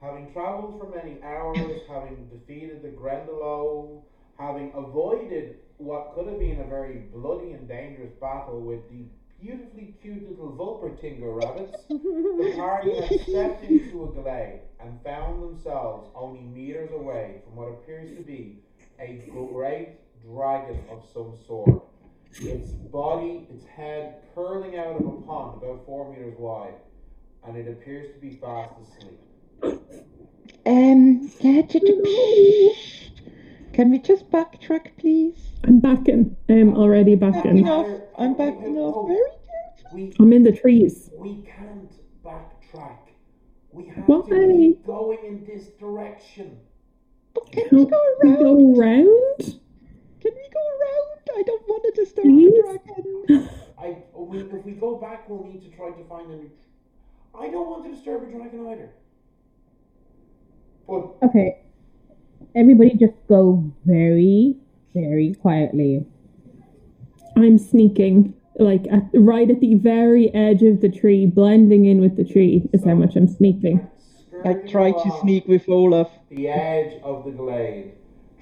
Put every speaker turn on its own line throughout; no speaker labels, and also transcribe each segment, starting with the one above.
having travelled for many hours, having defeated the Grendelow, having avoided what could have been a very bloody and dangerous battle with the beautifully cute little Vulpertinger rabbits, the party had stepped into a glade and found themselves only meters away from what appears to be a great dragon of some sort. Its body, its head curling out of a pond about four meters wide, and it appears to be fast asleep.
Um, Gadget, please. Can we just backtrack, please?
I'm backing. I'm already
Backing
backing.
off. I'm backing off. Very good.
We
I'm in the trees.
we can't backtrack. We have
Why?
to keep going in this direction.
But can we
Can
go
we
around?
go round?
Can we go around? I don't want to disturb
Please?
the dragon.
I we, if we go back, we'll need to try to find a. I don't want to disturb a dragon either. But
Okay. Everybody just go very, very quietly.
I'm sneaking, like at, right at the very edge of the tree, blending in with the tree is how much I'm sneaking.
I
skirting
tried to
along
sneak with Olaf.
the edge of the glade,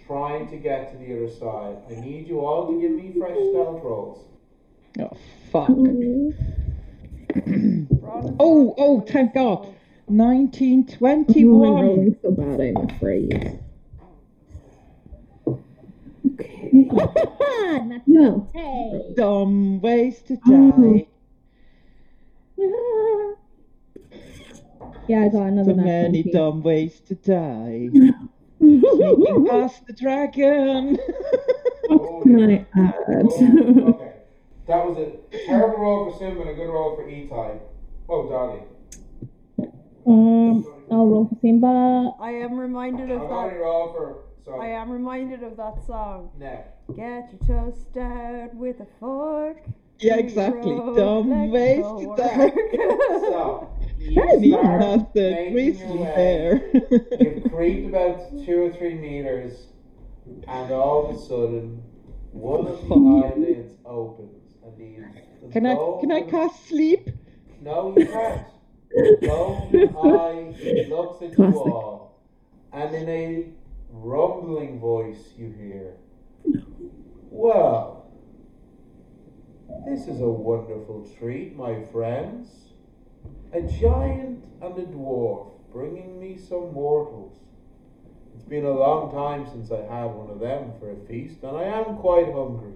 trying to get to the other side. I need you all to give me fresh stealth rolls.
Oh, fuck. Oh, oh, thank God.
Oh, I'm
1921.
rolling so bad, I'm afraid. Okay. No.
Hey.
Dumb ways to
Oh.
die.
Yeah, I got another
The
natural
many
piece.
dumb ways to die. Sneaking past the dragon.
Oh,
Can I
Oh,
add?
okay. That was a terrible roll for Sim and a good roll for Itai. Oh, darling.
Um, I'll roll for Simba.
I am reminded
I've
of
already
that.
rolled for.
I
Sorry.
am reminded of that song.
No.
Get your toast down with a fork.
yeah,
You
exactly.
grow
Dumb
like
ways
no
to
work.
die.
So, you
That is
Need
start
nothing.
making
We
your
sleep
way.
there.
You've creeped about two or three meters, and all of a sudden, one of the eyelids opens and leaves. the
Oh. Can I can I
golden-
cast sleep?
No, you can't. The golden eye looks at you
Classic.
all, and in a rumbling voice, you hear, "Well, this is a wonderful treat, my friends. A giant and a dwarf bringing me some mortals. It's been a long time since I had one of them for a feast, and I am quite hungry."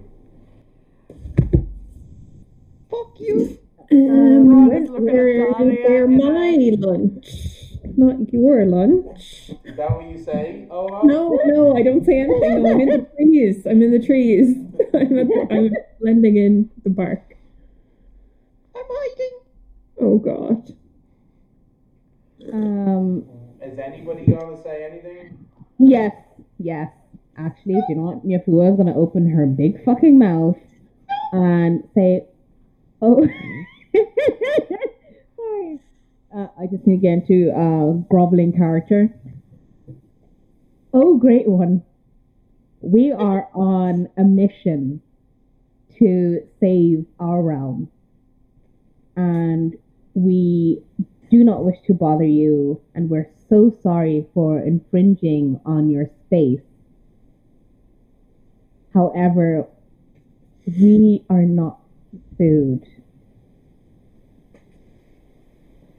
Fuck you.
Um,
Ron is looking at
where-
Dahlia
where
and
my lunch? Not your lunch.
Is that what you say? Oh,
No, no, I don't say anything. No, I'm in the trees. I'm in the trees. I'm, at the, I'm blending in the bark.
I'm hiding.
Oh God.
Um,
Is anybody gonna say anything?
yes, yes. Actually, do you know what? Yafua's gonna open her big fucking mouth and say, "Oh, sorry." Uh, I just need to get into uh, groveling character. Oh, great one! We are on a mission to save our realm, and we do not wish to bother you, and we're so sorry for infringing on your space. However, we are not food.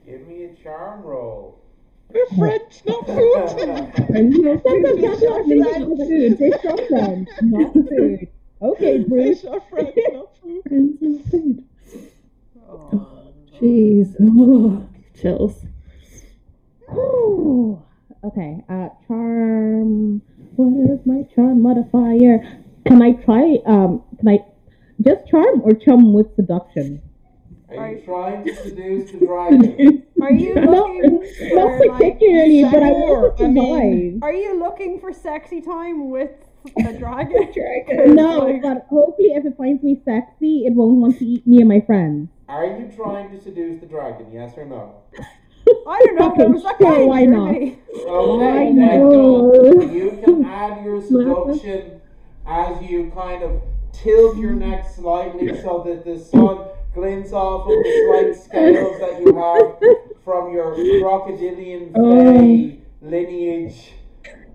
Give me a charm roll.
We're friends, not food.
And you know,
That's not
friends,
food. Fish are friends, not food. Okay, Bruce.
Fish are friends, not food.
not food.
Oh,
Jeez. Oh, chills.
Ooh. Okay, uh, charm. Where's my charm modifier? Can I try? Um, can I just charm or chum with seduction?
Are you
Right.
trying to seduce the dragon?
Are you looking
Not
for like?
particularly, but I
Sure,
want to
I mean-
survive.
Are you looking for sexy time with the dragon?
Dragon.
No, but hopefully, if it finds me sexy, it won't want to eat me and my friends.
Are you trying to seduce the dragon? Yes or no?
I don't know. There was that
Sure,
guy
why not?
journey.
Okay,
I
then
know.
you can add your seduction as you kind of tilt your neck slightly so that the sun glints off of the slight scales that you have from your crocodilian
Oh.
bay lineage.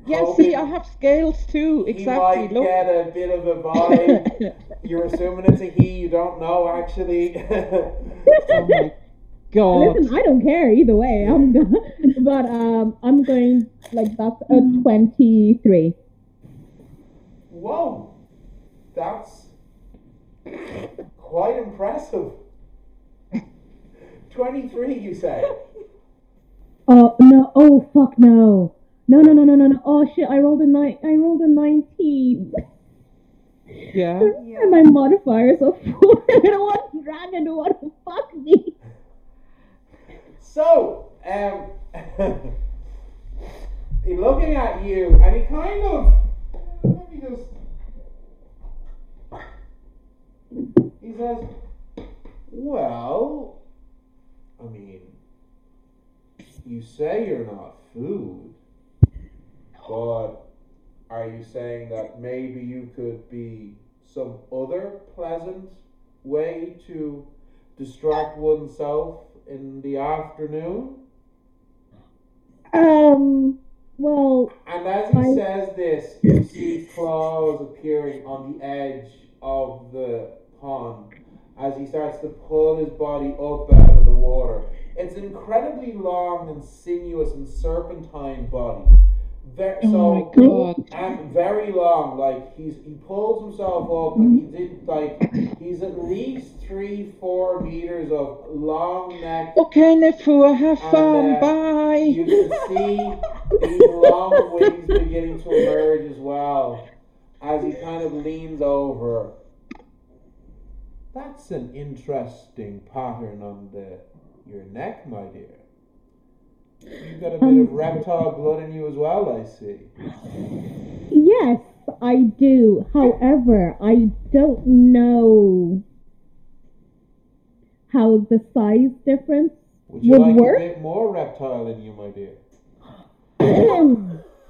Yes,
hope
see, I have scales too.
Oh, he
Exactly.
might
Look.
get a bit of a vibe. You're assuming it's a he. You don't know actually.
Oh my god.
Listen, I don't care either way. I'm go- but um, I'm going like that's a twenty-three.
Whoa, that's quite impressive. Twenty-three, you say?
Oh no! Oh fuck no! No no no no no no! Oh shit! I rolled a nine. I rolled a nineteen,
Yeah.
and my modifier is a four. and a one dragon to want to fuck me.
So, um, he's looking at you, and he kind of let me just. He says, "Well, I mean, you say you're not food, but are you saying that maybe you could be some other pleasant way to distract oneself in the afternoon?"
Um. Well,
And as he
I-
says this, you see claws appearing on the edge of the pond as he starts to pull his body up out of the water. It's an incredibly long and sinuous and serpentine body. Ver-
Oh
so
my god.
and very long. Like he's he pulls himself up and he did like he's at least three, four meters of long neck
Okay, Nefu, have
And,
fun.
uh,
Bye.
you can see these long wings beginning to emerge as well as he kind of leans over. That's an interesting pattern on the your neck, my dear. You've got a bit
Um,
of reptile blood in you as well, I see.
yes, I do. However, I don't know how the size difference.
Would you
Would
like
work?
a bit more reptile in you, my dear?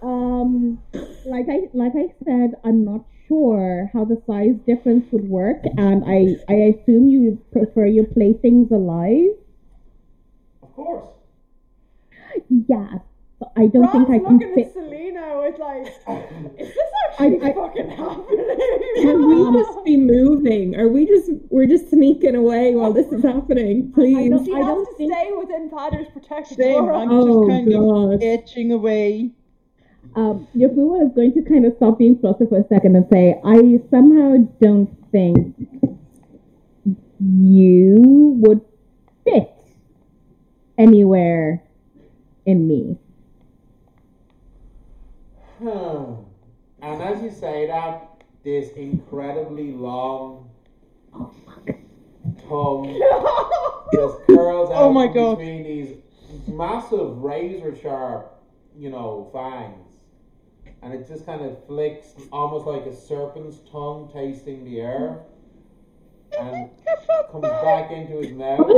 um, like I like I said, I'm not sure how the size difference would work, and I I assume you prefer you play things alive.
Of course.
Yeah, but I don't
Rob's
think I can
looking
fit.
at Selena with like, is this
I-
actually
I-
fucking
Can we
happening?
just be moving? Are we just we're just sneaking away while this is happening?
I
Please.
don't, she
I
has
don't
to
think-
stay within Patter's protection.
Same,
Laura.
I'm
Oh
just kind
god.
of edging away.
Um, Yabua is going to kind of stop being closer for a second and say, I somehow don't think you would fit anywhere in me.
Hmm. And as you say that, this incredibly long tongue just curls out
Oh my
from
God.
between these massive razor sharp, you know, fangs. And it just kind of flicks almost like a serpent's tongue tasting the air. And comes back into his mouth.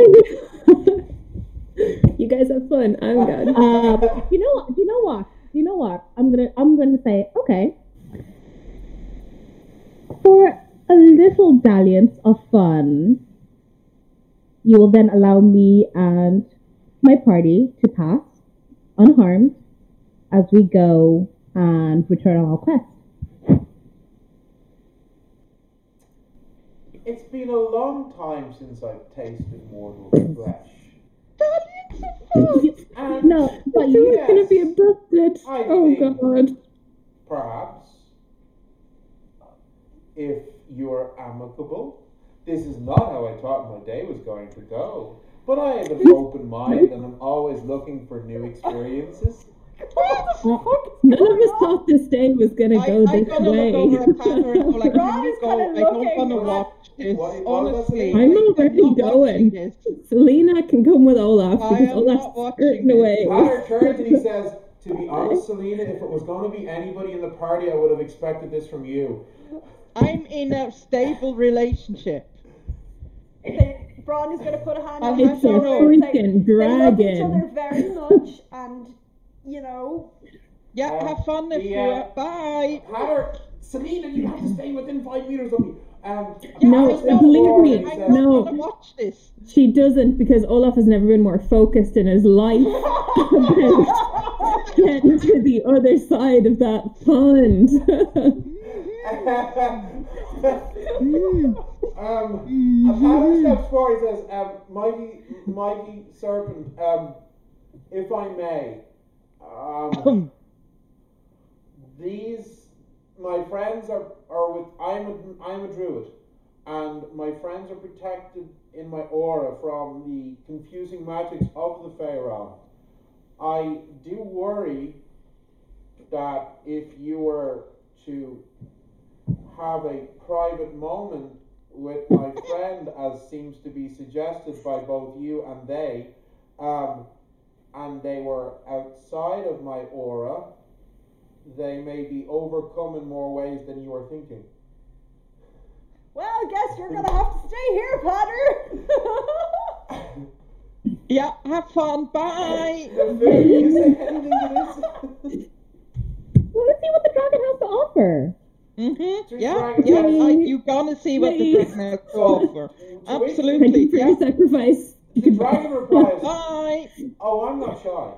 You guys have fun. I'm good.
Uh, you know what? You know what? You know what? I'm gonna I'm gonna say okay. For a little dalliance of fun, you will then allow me and my party to pass unharmed as we go and return on our quest.
It's been a long time since I've tasted mortal flesh. And
No, but you
We're gonna be
yes.
abducted.
I
Oh
think-
god.
perhaps, uh, if you're amicable. This is not how I thought my day was going to go, but I have an open mind and I'm always looking for new experiences.
None of us thought this day was gonna
I,
go
I
this
gotta look over a pattern
way.
of like, can
Rob
we
is
go? I
kinda
don't
looking,
wanna
but-
watch this,
What- what was
honestly.
it?
I
I'm
am
already
not watching
going.
this.
Selena can come with Olaf
I
because
am not
Olaf's
watching
skirting
this.
away.
Connor turns and he says, To be honest, Selena, if it was going to be anybody in the party, I would have expected this from you.
I'm in a stable relationship.
They- Bron is going to put a hand
I'll
on
be
her
It's a
so
shoulder and say,
freaking
they love each
dragon.
other very much and, you know,
Yeah,
Um,
have fun
the,
if you
uh,
are. Bye.
Connor, Selena, you have to stay within five meters of me. Um,
Yeah,
No,
I'm not
believe
bored.
me,
I'm
no.
not gonna watch this.
She doesn't because Olaf has never been more focused in his life about getting to the other side of that pond.
um, a pattern steps forward and says, um, Mighty, mighty serpent, um, if I may, um, these, my friends are, are with, I'm a, I'm a druid, and my friends are protected in my aura from the confusing magics of the Pharaoh. I do worry that if you were to have a private moment with my friend, as seems to be suggested by both you and they, um, and they were outside of my aura, they may be overcome in more ways than you are thinking.
Well, guess you're gonna have to stay here, Potter.
Yeah, have fun. Bye.
The very- you say anything to this?
Well, let's see what the dragon has to offer.
Mm-hmm.
Two
Yeah,
dragons.
yeah. I, you gonna see what the
Please.
dragon has to offer.
To which
Thank
Absolutely.
you for
Yeah.
your sacrifice. You
The
can
dragon replies,
Bye.
Oh, I'm not shy.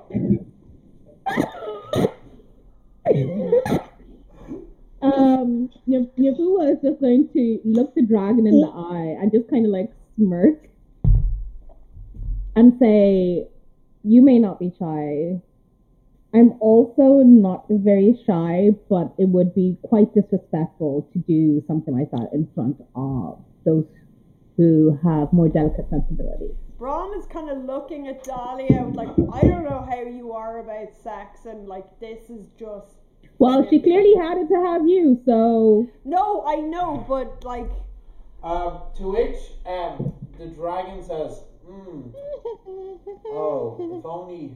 Um, Nab- Naboo is just going to look the dragon in the eye and just kind of like smirk and say, You may not be shy. I'm also not very shy, but it would be quite disrespectful to do something like that in front of those who have more delicate sensibilities.
Bron is kind of looking at Dahlia with like, I don't know how you are about sex, and like this is just
Well, she clearly had it to have you, so
no, I know, but like
Um, to which um, the dragon says, Hmm, oh, if only.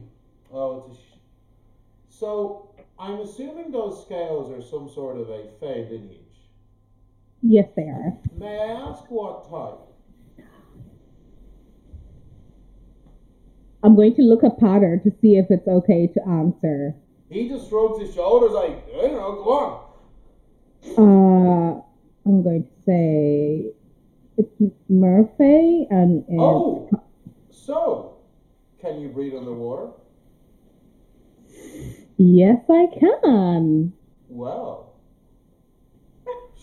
Oh, it's a sh- So, I'm assuming those scales are some sort of a fey lineage.
yes, they are.
May I ask what type?
I'm going to look up Potter to see if it's okay to answer.
He just shrugs his shoulders like, I don't know, go on.
Uh, I'm going to say it's Murphy and it's
Oh, so, can you breathe underwater?
yes, I can.
Well,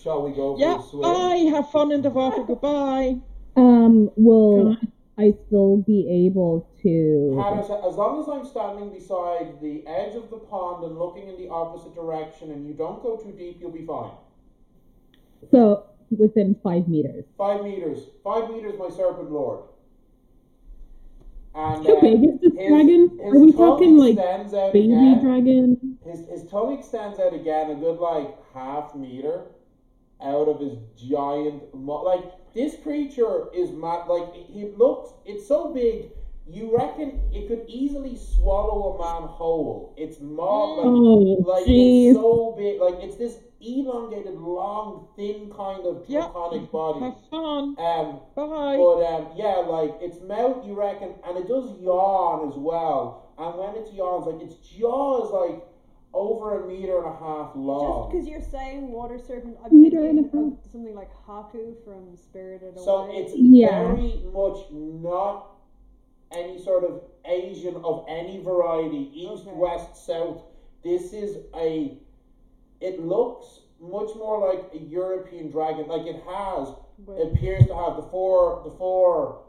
shall we go for
Yeah.
a swim?
Bye. Have fun in the water. Goodbye.
Um, will
Go
I still be able to?
Patterson, as long as I'm standing beside the edge of the pond and looking in the opposite direction and you don't go too deep, you'll be fine.
So within five meters.
Five meters. Five meters, my serpent lord. And,
How
uh,
big is this
his-
dragon?
his
Are we
tongue
talking like
extends out
baby
again.
dragon?
His, his tongue extends out again a good like half meter out of his giant mu- like this creature is mad like he looks it's so big you reckon it could easily swallow a man whole it's maw like,
Oh,
like
jeez.
it's so big like it's this elongated long thin kind of
Yeah.
draconic body
Have fun.
um
Bye.
but um, yeah, like its mouth, you reckon, and it does yawn as well. And when it yawns, like its jaw is like over a meter and a half
just
long.
because you're saying water serpent, I'm
Meter and a
thinking of something like Haku from Spirited Away.
So it's
Yeah.
very much not any sort of Asian of any variety, east,
Okay.
west, south. This is a. It looks much more like a European dragon. Like it has
Well,
appears to have the four the four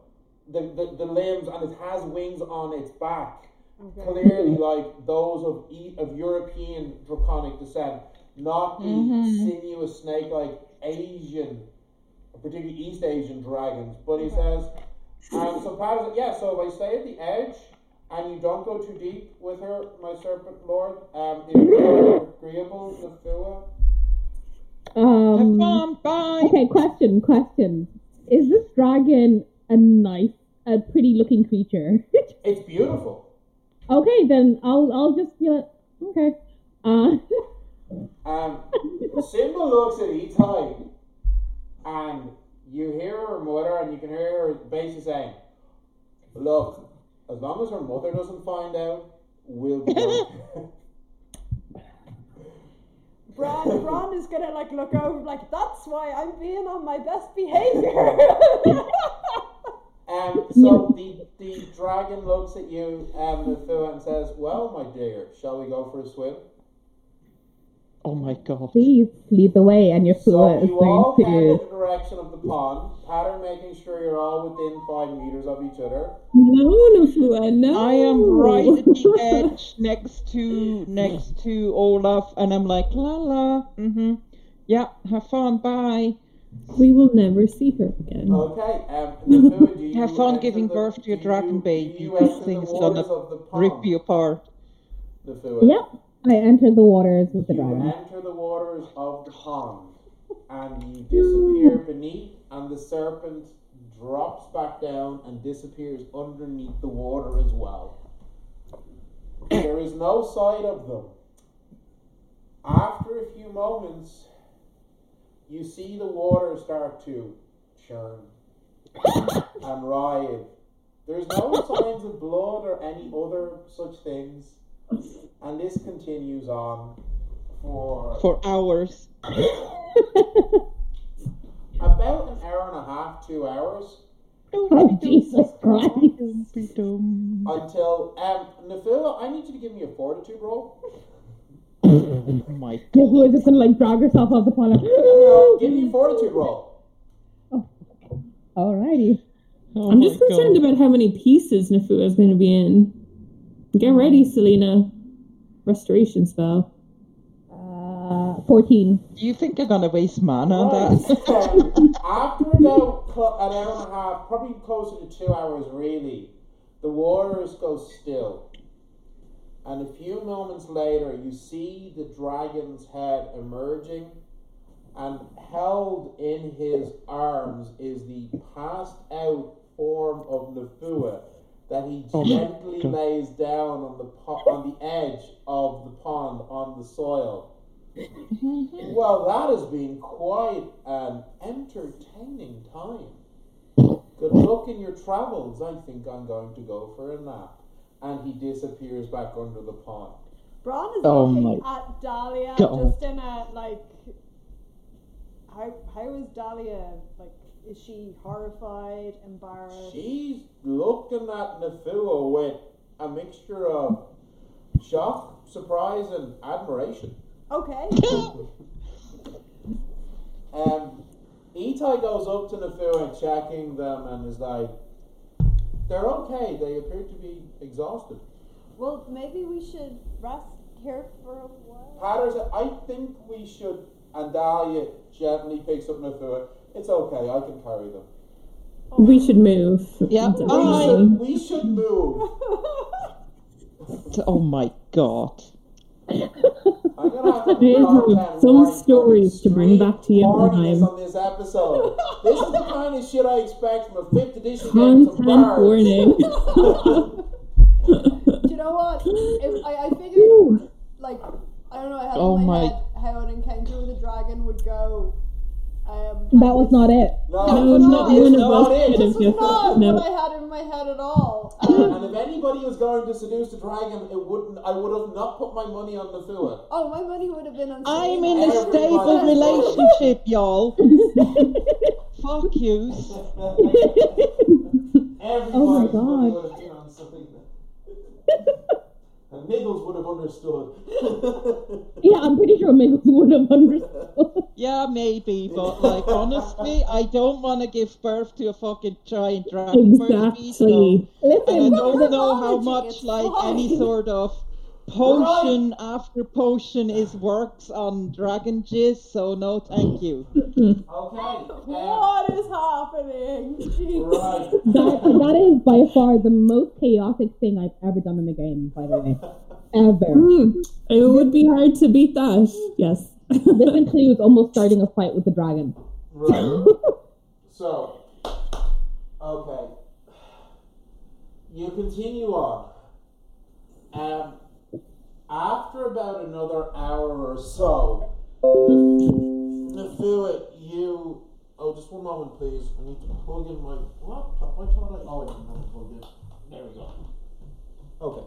the, the, the limbs and it has wings on its back
okay.
clearly like those of e- of european draconic descent not the
Mhm.
sinuous snake like asian particularly east asian dragons but he
Okay.
says um, so Pat is- yeah so if i stay at the edge and you don't go too deep with her my serpent lord um if you're agreeable Nafua,
Mm.
Have
Um,
fun. Bye.
okay, question, question. Is this dragon a nice, a pretty looking creature?
it's beautiful
okay, then I'll I'll just be like, okay. Uh,
Um, Simba looks at Itai, and you hear her mother, and you can hear her basically saying, "Look, as long as her mother doesn't find out, we'll be fine."
Bron, Bron is gonna like look over like that's why I'm being on my best behavior.
Um, so the the dragon looks at you, um, Nafua, and says, "Well, my dear, shall we go for a swim?"
Oh my god.
Please lead the way, and your
So
floor is
you all
going
head in the
to.
direction of the pond, pattern making sure you're all within five meters of each other.
No, Nafua, no.
I am right at the edge next to next to Olaf and I'm like la la mm-hmm. Yeah, have fun, bye.
We will never see her again.
Oh
Okay, um, Nafua, do you
Have fun
enter
giving
the-
birth to your
do
dragon
you- do
baby.
you
This
enter the
thing's gonna
waters of the
Rip
pond,
you apart.
Nafua?
Yep, I entered the waters with the
You
dragon.
enter the waters of the pond and you disappear beneath, and the serpent drops back down and disappears underneath the water as well. There is no sight of them. After a few moments, you see the water start to churn and writhe. There's no signs of blood or any other such things, and this continues on for
For hours.
about an hour and a half, two hours,
Oh, Jesus Christ.
Dum-dum.
until um Nafila, I need you to give me a fortitude roll.
Oh my
Your floor is just going to like drag herself off the pond.
No, give me a fortitude roll.
Alrighty.
oh
I'm
my
just concerned
God.
about how many pieces Nafua is going to be in. Get ready, Selena. Restoration spell.
Uh, 14.
Do you think you're gonna waste mana on
Right.
that?
um, after about cl- an hour and a half, probably closer to two hours, really, the waters go still. And a few moments later, you see the dragon's head emerging, and held in his arms is the passed out form of Nafua that he
Oh my
gently
God.
lays down on the po- on the edge of the pond on the soil. well, that has been quite an entertaining time. Good luck in your travels. I think I'm going to go for a nap. And he disappears back under the pond.
Bron is
Oh
looking
my
at Dahlia
God.
just in a like. How how is Dahlia like? Is she horrified, embarrassed?
She's looking at Nafua with a mixture of shock, surprise, and admiration.
Okay.
Um, Itai goes up to Nafua and checking them and is like, they're okay. They appear to be exhausted.
Well, maybe we should rest here for a while.
Patterson, I think we should. And Dahlia gently picks up Nafua. It's okay. I can carry them.
Oh.
We should move.
Yeah,
It's a
We
I-
race.
should, we should move.
oh my god.
I'm gonna have to
There is
content
some
warning for
stories to bring
extreme
back to you at the
horniness
time.
on this episode. This is the kind of shit I expect from a fifth edition game to
Content
bars.
warning.
Do you know what? If, I, I figured,
Ooh.
like, I don't know, I had
Oh
in my,
my-
head how an encounter with a dragon would go. Um,
That was not it.
No,
No,
it's
not one of
not
us
it.
could
This
have
was not
guessed. No.
what I had in my head at all. Um,
And if anybody was going to seduce the dragon, it wouldn't. I would have not put my money on Nafua.
oh, my money would have been on.
I'm
Selena.
in a stable
Everybody.
relationship, y'all. Fuck yous.
Everybody's
Oh my
money
God.
would have been on Selena. And Miggles would have understood.
Yeah, I'm pretty sure Miggles would have understood.
Yeah, maybe, but like honestly, I don't want to give birth to a fucking giant dragon first me, so-
Exactly.
and I
Listen,
don't know how
It's
much like
fine.
any sort of potion after potion is works on dragon jizz. So no, thank you.
okay. um,
What is happening? Jeez.
right.
that, that is by far the most chaotic thing I've ever done in a game, by the way. Ever.
Hmm. It would be hard to beat that. Yes.
This includes almost starting a fight with the dragon.
Right. so, okay. You continue on. Um, after about another hour or so, Nafua, you. Oh, just one moment, please. I need to plug in my laptop. I thought I. Oh, I didn't have it plugged in. There we go. Okay.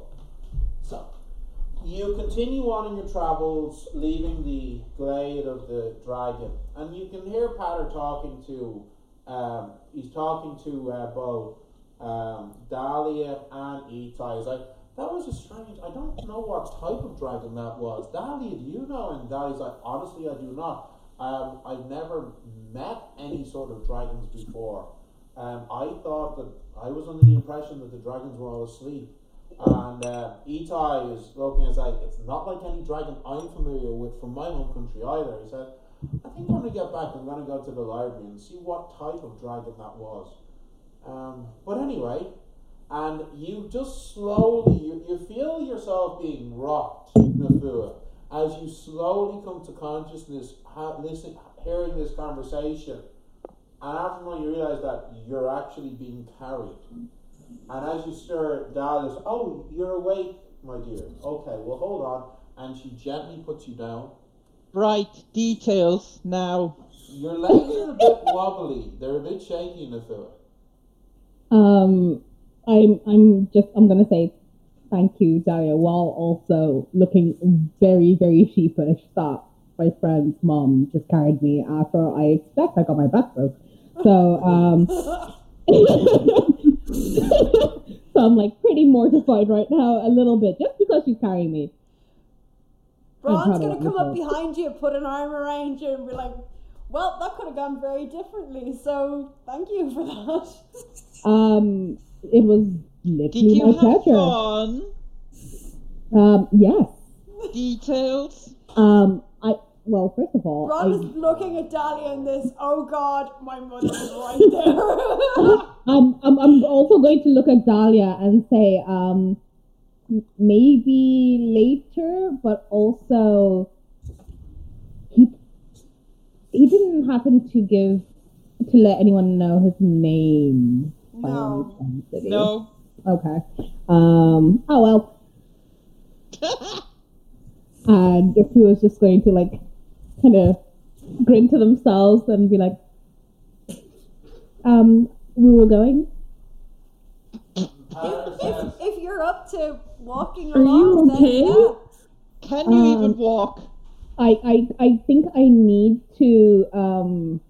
So, you continue on in your travels, leaving the glade of the dragon, and you can hear Patter talking to. Um, he's talking to uh, Bo, um, Dahlia, and Itai. He's like, That was a strange. I don't know what type of dragon that was. Dahlia, do you know? And Dahlia's like, honestly, I do not. Um, I've never met any sort of dragons before. Um, I thought that I was under the impression that the dragons were all asleep. And uh, Itai is looking and like, it's not like any dragon I'm familiar with from my own country either. He said, I think when we get back, I'm going to go to the library and see what type of dragon that was. Um, but anyway, and you just slowly, you, you feel yourself being rocked, Nafua, as you slowly come to consciousness, ha- listen, hearing this conversation. And after a while, you realize that you're actually being carried. And as you stir, Dad is, oh, you're awake, my dear. Okay, well, hold on. And she gently puts you down.
Right, details now.
Your legs are a bit wobbly. They're a bit shaky, Nafua.
Um, I'm I'm just I'm gonna say thank you, Daria, while also looking very very sheepish that my friend's mom just carried me after I expect I got my back broke. So um, so I'm like pretty mortified right now, a little bit, just because she's carrying me.
Ron's
proud
gonna
of
come up
myself.
behind you, put an arm around you, and be like, "Well, that could have gone very differently. So thank you for that."
Um, it was
Did
literally
you
my
have fun?
pleasure. Um, yes.
Details.
Um, I well, first of all,
Ron
I
is looking at Dahlia in this. Oh God, my mother is right there.
Um, I'm, I'm also going to look at Dahlia and say, um, m- maybe later, but also he he didn't happen to give to let anyone know his name. by
no,
any chance, did he?
No.
Okay. Um. Oh well. and if he was just going to like kind of grin to themselves and be like, um, we were going.
Tyler
if,
says,
if you're up to walking
Are you
along,
okay?
then yeah.
Can you even
Um,
walk?
I, I, I think I need to. Um,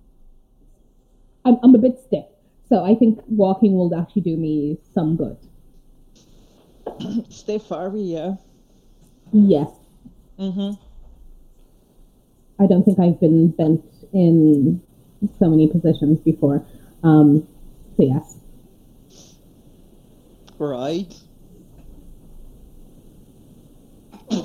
I'm, I'm a bit stiff, so I think walking will actually do me some good.
Stay far, yeah.
Yes,
Mm-hmm.
I don't think I've been bent in so many positions before. Um, so yes,
Right.
okay.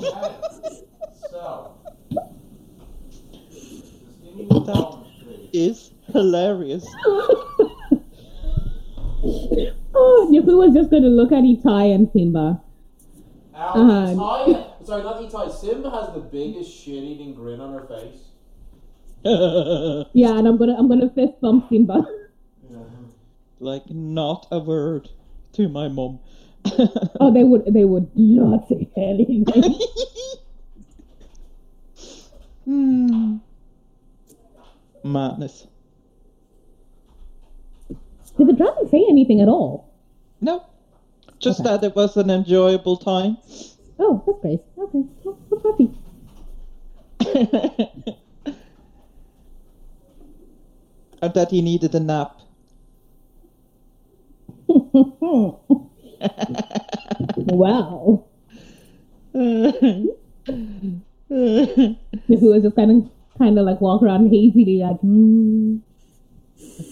So, just give me one moment, please.
Is hilarious.
oh, Nifu was just going to look at Itai and Simba.
Um, Ty, sorry, not Ty. Simba has the biggest shit-eating grin on her face.
Yeah, and I'm gonna I'm gonna fist bump Simba.
like not a word to my mom.
oh, they would they would not say anything.
Hmm. Madness.
Did the dragon say anything at all?
No. Just
Okay.
that it was an enjoyable time.
Oh, that's great. Okay, well, I'm happy.
and that he needed a nap.
wow.
Who
Who was just kind of kind of like walk around hazily, like, mm.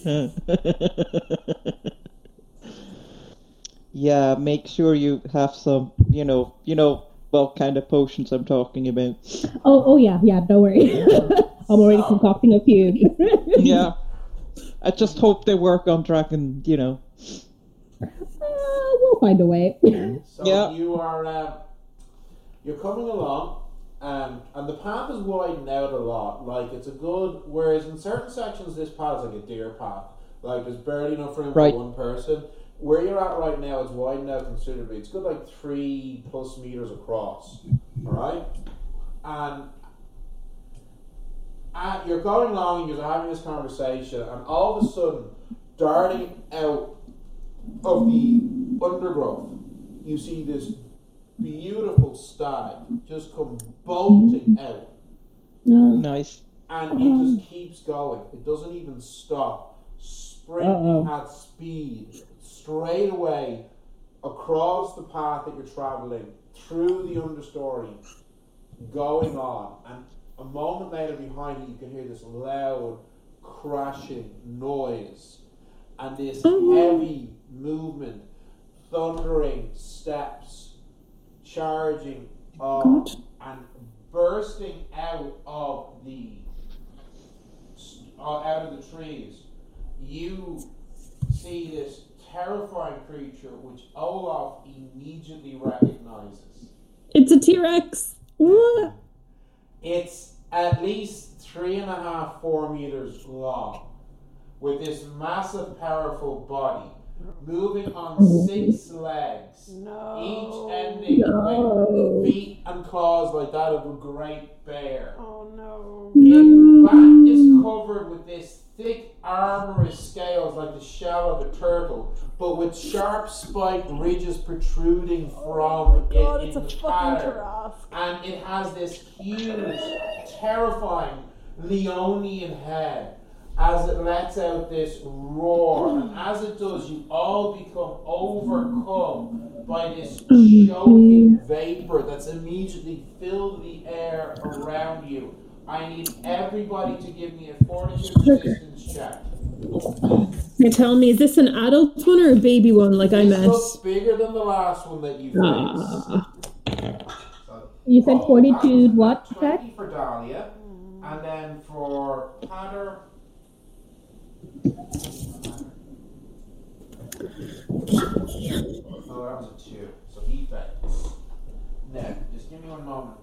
yeah, make sure you have some, you know, you know what kind of potions I'm talking about.
oh, oh yeah, yeah. Don't worry. I'm already concocting a Uh, few.
yeah. I just hope they work on Dragon, you know.
Uh, we'll find a way.
So
Yeah.
you are uh, you're coming along, um, and the path is widened out a lot. Like it's a good. Whereas in certain sections, this path is like a deer path. Like there's barely enough room
Right.
for one person. Where you're at right now is widened out considerably. It's good like three plus meters across. All right, and. Uh, you're going along and you're having this conversation, and all of a sudden, darting out of the undergrowth, you see this beautiful stag just come bolting out,
No.
Nice.
and it just keeps going. It doesn't even stop, sprinting
Uh-oh.
at speed straight away across the path that you're traveling, through the understory, going on, and a moment later behind you, you can hear this loud crashing noise and this heavy movement, thundering steps, charging on and bursting out of the uh, out of the trees. You see this terrifying creature which Olaf immediately recognizes.
It's a T Rex. What?
It's at least three and a half, four meters long, with this massive, powerful body, moving on six legs,
No.
each ending with feet and claws like that of a great bear.
Oh no.
Its
Mm.
back is covered with this thick armorous scales like the shell of a turtle, but with sharp spiked ridges protruding from it
Oh God,
in
it's a
the
fucking
pattern
giraffe.
and it has this huge, terrifying Leonian head as it lets out this roar. And as it does, you all become overcome by this choking vapor that's immediately filled the air around you. I need everybody to give me a fortitude resistance check.
You're telling me, is this an adult one or a baby one like I
This looks
missed?
bigger than the last one that you faced.
Ah.
You said
Oh,
fortitude
that's
what check?
20 for Dahlia, and then for Patter. Oh, that was a two, so he fails. Now, just give me one moment.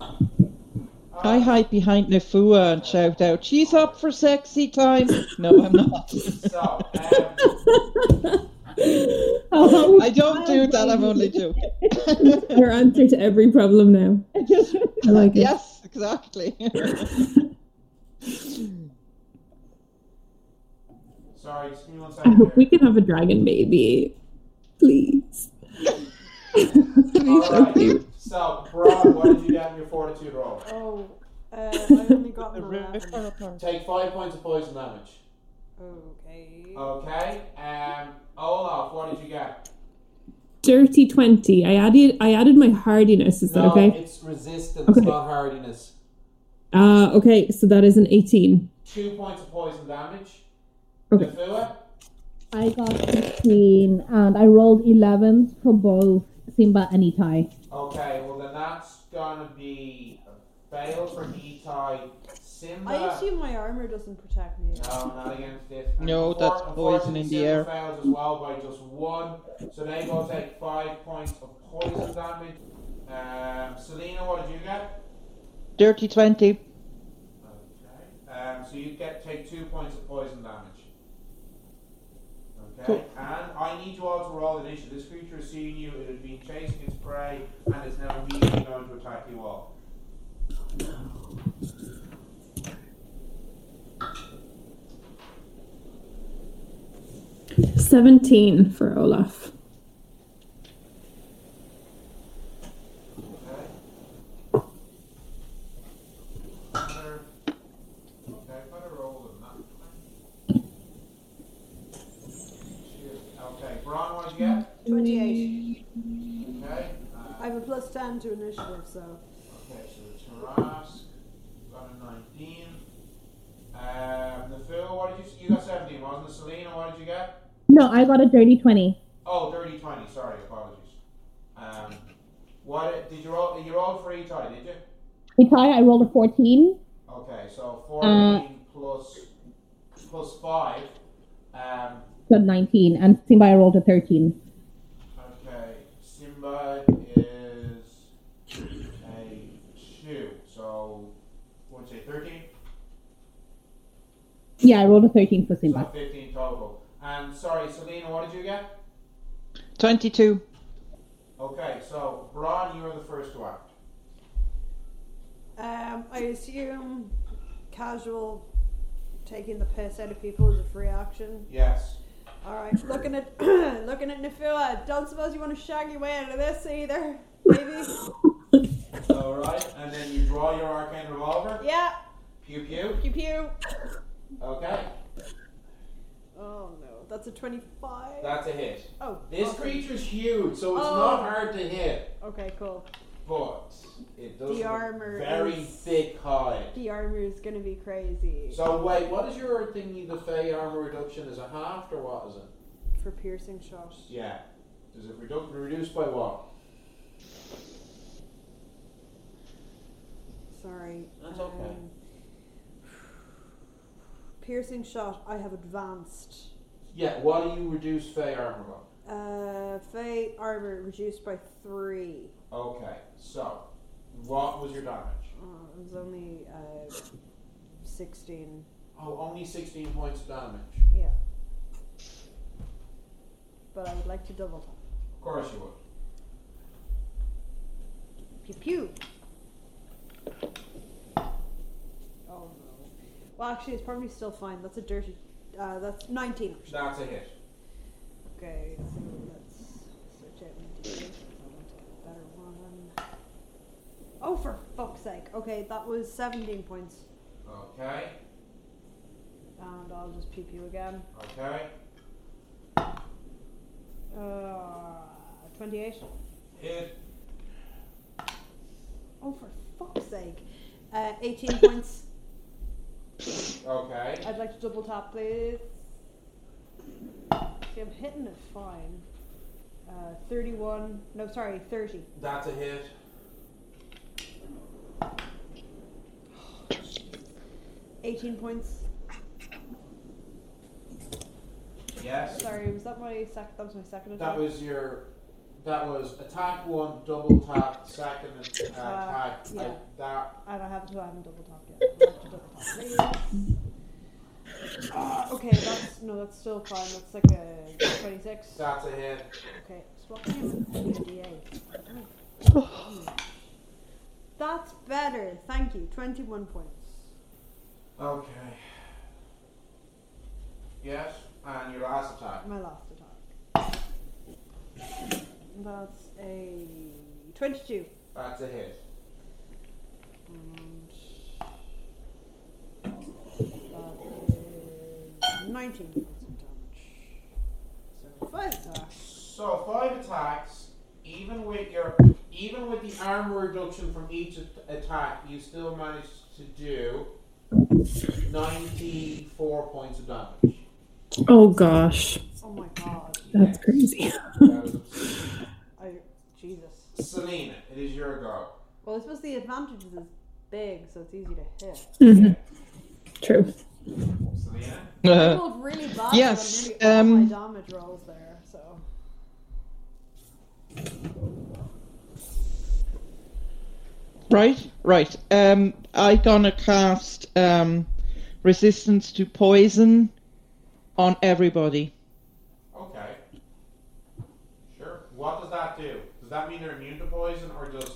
Oh,
I hide behind Nefua and shout out, "She's up for sexy time." No, I'm not.
So, um,
Oh,
I don't do that. I'm only joking.
your answer to every problem now. I like it.
yes, exactly.
sorry, just give me one
I
second.
hope we
here.
can have a dragon baby. Please. That'd be so
Alright,
cute.
So, Brad, what did you get in your fortitude roll?
Oh, uh, I only got an
The roof
11.
are up north.
Take five points of poison damage.
Okay.
Okay, um, Olaf, what did you get?
Dirty 20. I added I added my hardiness, is that
no,
okay?
it's resistance,
Okay.
not hardiness.
Uh okay, so that is an 18.
Two points of poison damage.
Okay.
Nefua,
I got 15 and I rolled 11 for both Simba and Itai.
Okay, well then that's gonna be a fail for Itai. Simba.
I assume my armor doesn't protect me.
No, not against this. And
No,
unfor-
that's poison
unfortunately,
in the
Simba
air.
fails as well by just one, so they will take five points of poison damage. Um, Selena, what did you get?
Dirty twenty.
Okay. Um, so you get take two points of poison damage. Okay,
Cool.
and I need you all to roll initiative. This creature is seeing you, it has been chasing its prey, and is now immediately going to attack you all.
Seventeen for Olaf.
Okay? Better- Okay, better roll than that. Shoot. Okay, Bron, what did you get?
28.
Mm.
Okay, uh,
I have a plus 10 to initiative, so.
Okay, so it's Harask, got a 19. Um, the Phil, what did you You got 17, wasn't it? Selena, what did you get?
No, I got a dirty 20.
Oh, dirty 20, sorry, apologies. Um, what did you roll? You rolled free tie, did you?
Itai, I rolled a 14.
Okay, so
Uh,
14 plus, plus 5. Um,
So 19 and Simba I rolled a 13.
okay, Simba is a 2, so what'd you say, 13?
Yeah, I rolled a 13 for
So
Simba.
15 total. And sorry, Selena, what did you get?
Twenty-two.
Okay, so Ron, you are the first one.
Um, I assume casual taking the piss out of people is a free action.
Yes.
All right, looking at looking at Nefua. Don't suppose you want to shag your way out of this either, maybe?
All right, and then you draw your arcane revolver.
yeah.
Pew pew.
Pew pew.
Okay.
Oh no, that's That's a 25.
That's a hit.
oh,
This
awesome.
creature's huge, so it's
Oh.
not hard to hit,
Okay, cool.
but it does
The
have a
armor
very
is-
thick hide.
The armor is gonna be crazy
So wait, what is your thingy? The fey armor reduction is a half, or what is it?
for piercing shot.
Yeah. Is it redu- reduced by what?
Sorry. um,
That's okay.
piercing shot. I have advanced.
Yeah. What do you reduce fey armor by?
Uh, fey armor reduced by three.
Okay, so what was your damage?
Oh, it was only uh, sixteen.
Oh, only 16 points of damage.
Yeah. But I would like to double tap.
Of course you would.
Pew pew. Oh no. Well, actually, it's probably still fine. That's a dirty. Uh, that's nineteen.
That's a hit.
Okay, so let's search out my d8. I want a better one. Oh, for fuck's sake. Okay, that was 17 points.
Okay,
And I'll just pew pew again.
okay.
Uh, 28.
Hit.
Oh, for fuck's sake. Uh, 18 points.
Okay.
I'd like to double tap, please. See, I'm hitting it fine. Uh, 31. No, sorry, 30.
That's a hit.
Jeez. 18 points.
Yes.
Sorry, was that my sec? That was my second attack.
That was your. That was attack one, double tap, second attack.
Uh,
attack. I,
yeah.
that.
I don't have to. I haven't double tapped yet. I'll have to double tap, please. Ah, okay, that's no, that's still fine. That's like a twenty-six.
That's a hit.
Okay, swap him with the D8. That's better. Thank you. Twenty-one points.
Okay. Yes, and your last attack.
My last attack. That's a twenty-two.
That's a hit.
And that is nineteen points of damage. So five attacks.
So five attacks, even with your even with the armor reduction from each at- attack, you still managed to do ninety four points of damage.
Oh gosh,
Oh my god.
that's crazy.
That was obscene.
I Oh, Jesus.
Selena, it is your go.
Well, I suppose the advantage is it's big, so it's easy to hit.
True.
Selena,
I
Uh,
rolled really bad.
Yes,
but I'm
um,
really off my damage rolls there. So
right, right. Um, I gonna cast um, resistance to poison on everybody.
okay, sure. What does that do? Does that mean they're immune to poison or just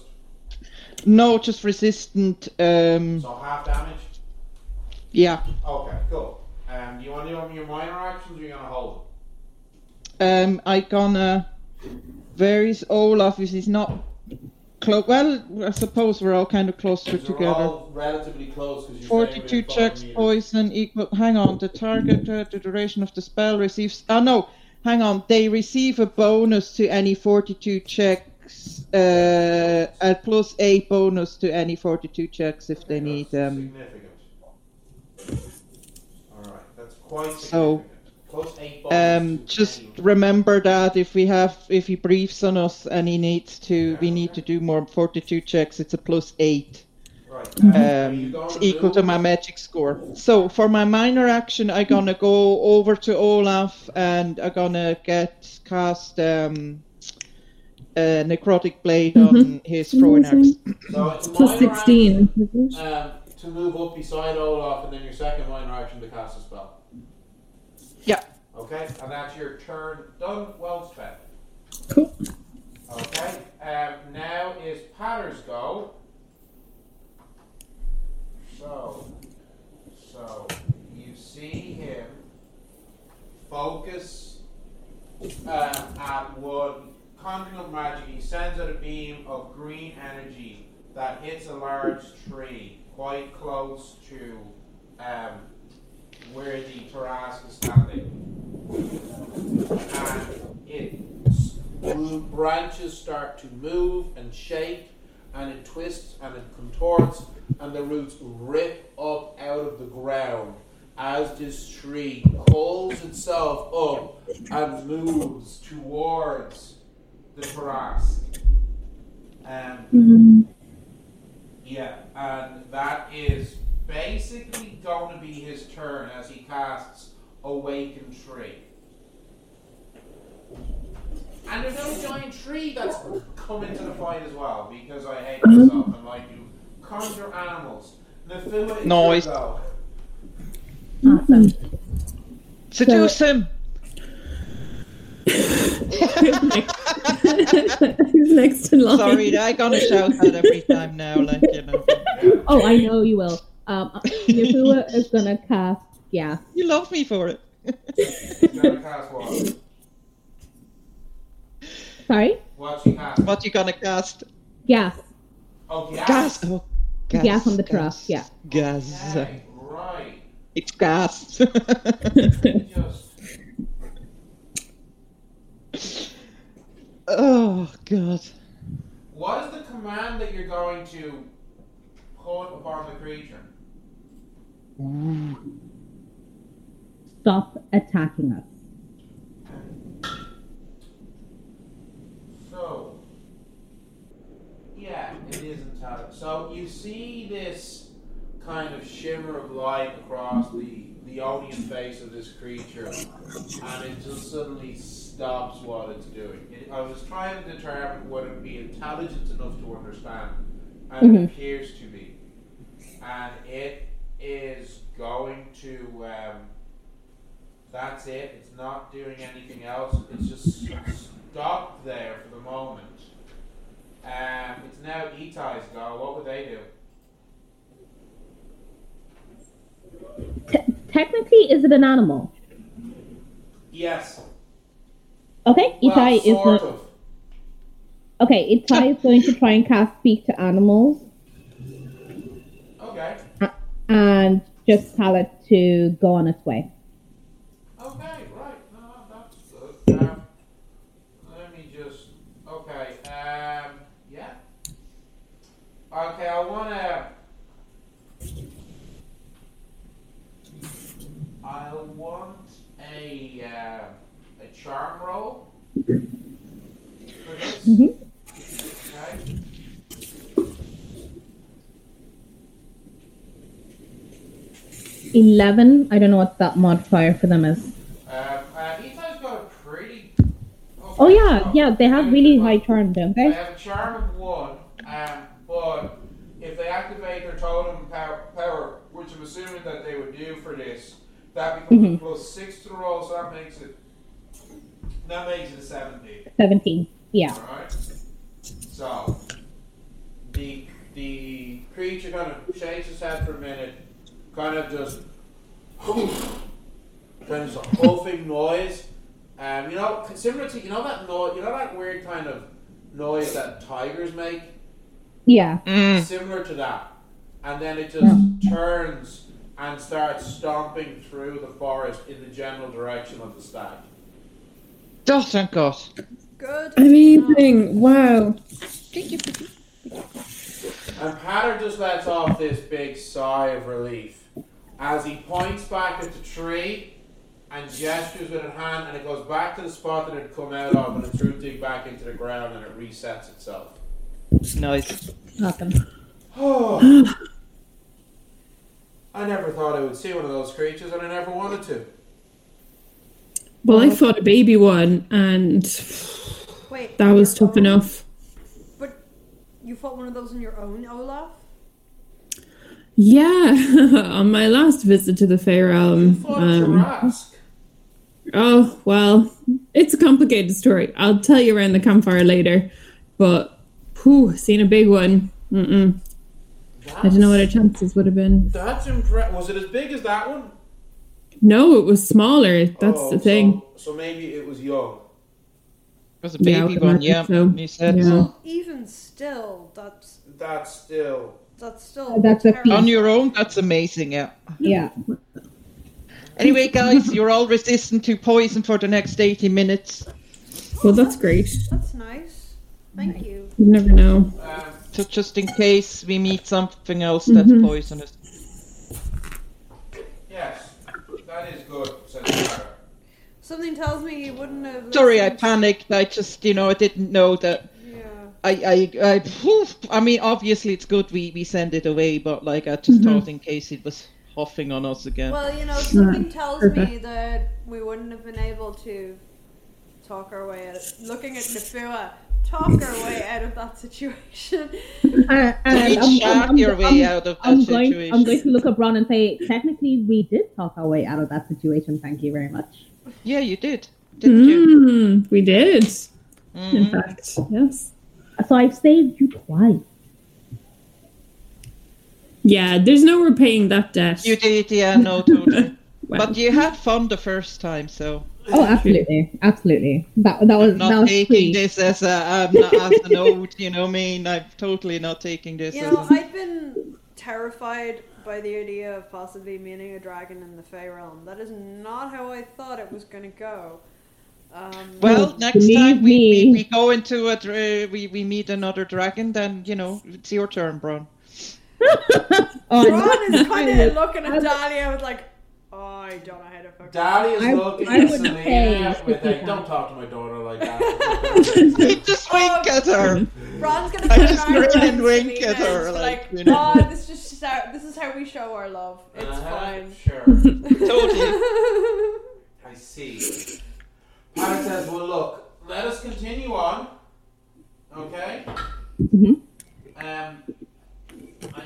No, just resistant. Um,
so half damage?
yeah.
Okay, cool. Um, do you want to do them your minor actions, or you gonna hold them?
Um, I gonna. Where is Olaf? Is he's not close? Well, I suppose we're all kind of closer
Because
together.
They're all relatively close because you're
Forty-two checks
meters.
poison equal. Hang on, the target uh, the duration of the spell receives. Ah no, hang on. They receive a bonus to any forty-two checks, uh, a plus eight bonus to any forty-two checks if they need.
That's
Um,
Significant. Alright, that's quite
So,
significant. Plus eight bombs
um,
to
just
any-
remember that if we have if he breathes on us and he needs to, we need to do more forty-two checks. It's a plus eight.
Right. are you
um,
going
it's equal to
move?
my magic score. So for my minor action, I'm gonna go over to Olaf and I'm gonna get cast um, a necrotic blade on his throwing axe.
Amazing.
So it's
Plus
minor
sixteen.
action, Um, to move up beside Olaf and then your second minor action to cast a spell.
Yeah.
Okay, and that's your turn done, well spent.
Cool.
Okay, um, now is Patter's go. So, so you see him focus um, at one, conjuring up magic. He sends out a beam of green energy that hits a large tree quite close to um, where the Tarrasque is standing. and its branches start to move and shake and it twists and it contorts and the roots rip up out of the ground as this tree pulls itself up and moves towards the grass. Um, yeah, and that is basically going to be his turn as he casts Awaken Tree. And there's no giant tree that's come into the fight as well because I hate myself and like you. Conjure animals. Nefua is
Nice.
your go.
Awesome.
Seduce him.
Who's next in line?
Sorry, I gonna shout that every time now, like you know.
Oh, I know you will. Um, Nifua is gonna cast. Yeah.
You love me for it.
Now cast what?
Sorry.
What's he cast?
What you gonna cast?
Gas.
Oh, gas.
Gas. Oh, gas.
Gas on the
gas,
trough, yeah.
Gas.
Okay, right.
It's gas.
Just
oh god.
what is the command that you're going to put upon the creature?
Stop attacking us.
So, yeah, it is intact. So you see this kind of shimmer of light across the the onion face of this creature, and it just suddenly stops what it's doing. It, I was trying to determine whether it be intelligent enough to understand, and it appears to be, and it is going to. Um, that's it. It's not doing anything else. It's just stopped there for the moment. Um, it's now Itai's go. What would they do?
Te- technically, is it an animal?
Yes.
Okay.
Well,
Itai E is
sort
going.
of.
Okay. Itai is going to try and cast speak to animals
Okay.
and just tell it to go on its way.
Okay. Right. No, that's good. Um, let me just. Okay. Um. Yeah. Okay. I wanna. I want a uh, a charm roll. For this.
Mhm.
Okay.
Eleven. I don't know what that modifier for them is.
Um, uh, Itai's got a pretty.
Oh yeah, yeah. They have really high
charm.
charm, don't
They
they?
have a charm of one, um, but if they activate their totem power, power, which I'm assuming that they would do for this, that becomes a plus six to the roll, so that makes it that makes it a seventy.
Seventeen. Yeah.
Alright. So the the creature kind of shakes its head for a minute, kind of just kind of just a huffing noise. Um, you know, similar to you know that noise, you know that weird kind of noise that tigers make,
Yeah.
Hmm.
similar to that. And then it just turns and starts stomping through the forest in the general direction of the stag.
Oh, thank God.
Good.
Amazing. Wow.
And Patter just lets off this big sigh of relief as he points back at the tree and gestures with a hand, and it goes back to the spot that it had come out of, and it's rooted back into the ground, and it resets itself.
Nice.
Awesome.
Oh. I never thought I would see one of those creatures, and I never wanted to.
Well, I fought a baby one, and
Wait.
that
on
was
your
tough
own-
enough.
But you fought one of those on your own, Olaf?
Yeah, on my last visit to the Fair Realm.
Fuck
Um,
Jurassic.
oh, well, it's a complicated story. I'll tell you around the campfire later. But, whew, seen a big one. Mm-mm. I don't know what our chances would have been.
That's impressive. Was it as big as that one?
No, it was smaller. That's
Oh,
the thing.
So, so maybe it was young.
It was a
Yeah, I
baby
would
one,
imagine
yeah.
so.
He said
Yeah.
so.
Even still, that's
That's still
that's still
Oh, That's a
terrible.
feat.
On your own, that's amazing, yeah.
Yeah.
Anyway, guys, you're all resistant to poison for the next 80 minutes.
Well, that's great.
That's nice. Thank you.
You never know.
um,
So just in case we meet something else that's
Mm-hmm.
Mhm.
poisonous.
Yes, that is good, said Sarah.
Something tells me you wouldn't have.
Sorry, I
listened.
panicked. I just, you know, I didn't know that.
Yeah.
I, I, I, poof. I mean, obviously it's good we, we send it away, but like I just
Mm-hmm.
thought in case it was huffing on us again.
Well, you know, something tells me that we wouldn't have been able to talk our way out. Of, looking at Nafua, talk our way out of that situation.
And,
Did
and
you shout your way
I'm-
out of that
I'm
situation?
going, I'm going to look up Ron and say, technically, we did talk our way out of that situation. Thank you very much.
Yeah, you did. Didn't you?
Mm, we did, in
Mhm.
fact. Yes.
So I've saved you twice.
Yeah, there's no repaying that debt.
You did, yeah, no, totally.
Wow.
But you had fun the first time, so
Oh, absolutely, absolutely. That that was that
not
was
taking
sweet.
this as a um, not as an ode, you know what I mean? I'm totally not taking this
You
as
know,
a
I've been terrified by the idea of possibly meeting a dragon in the Fey realm. That is not how I thought it was going to go. Um,
Well,
Oh,
next time we, we,
believe me.
we go into a dra- we we meet another dragon, then you know it's your turn, Bron.
Oh,
Ron is kind of looking
I
at
would-
Dahlia with like, "Oh, I don't know how to fucking.
Dali is
I-
looking
I
at
would
Selena
pay
with a, don't
fifty pounds.
talk to my daughter like that.
Just wink at her.
Ron's gonna
I
turn
just
around
grin and
to
wink
Selena
at her,
and be
like,
like,
you know.
"Oh, this is just how, this is how we show our love. It's
Uh-huh,
fine."
Sure,
Totally.
I see. Paddock says, well, look, let us continue on, okay?
Mhm.
Um, I,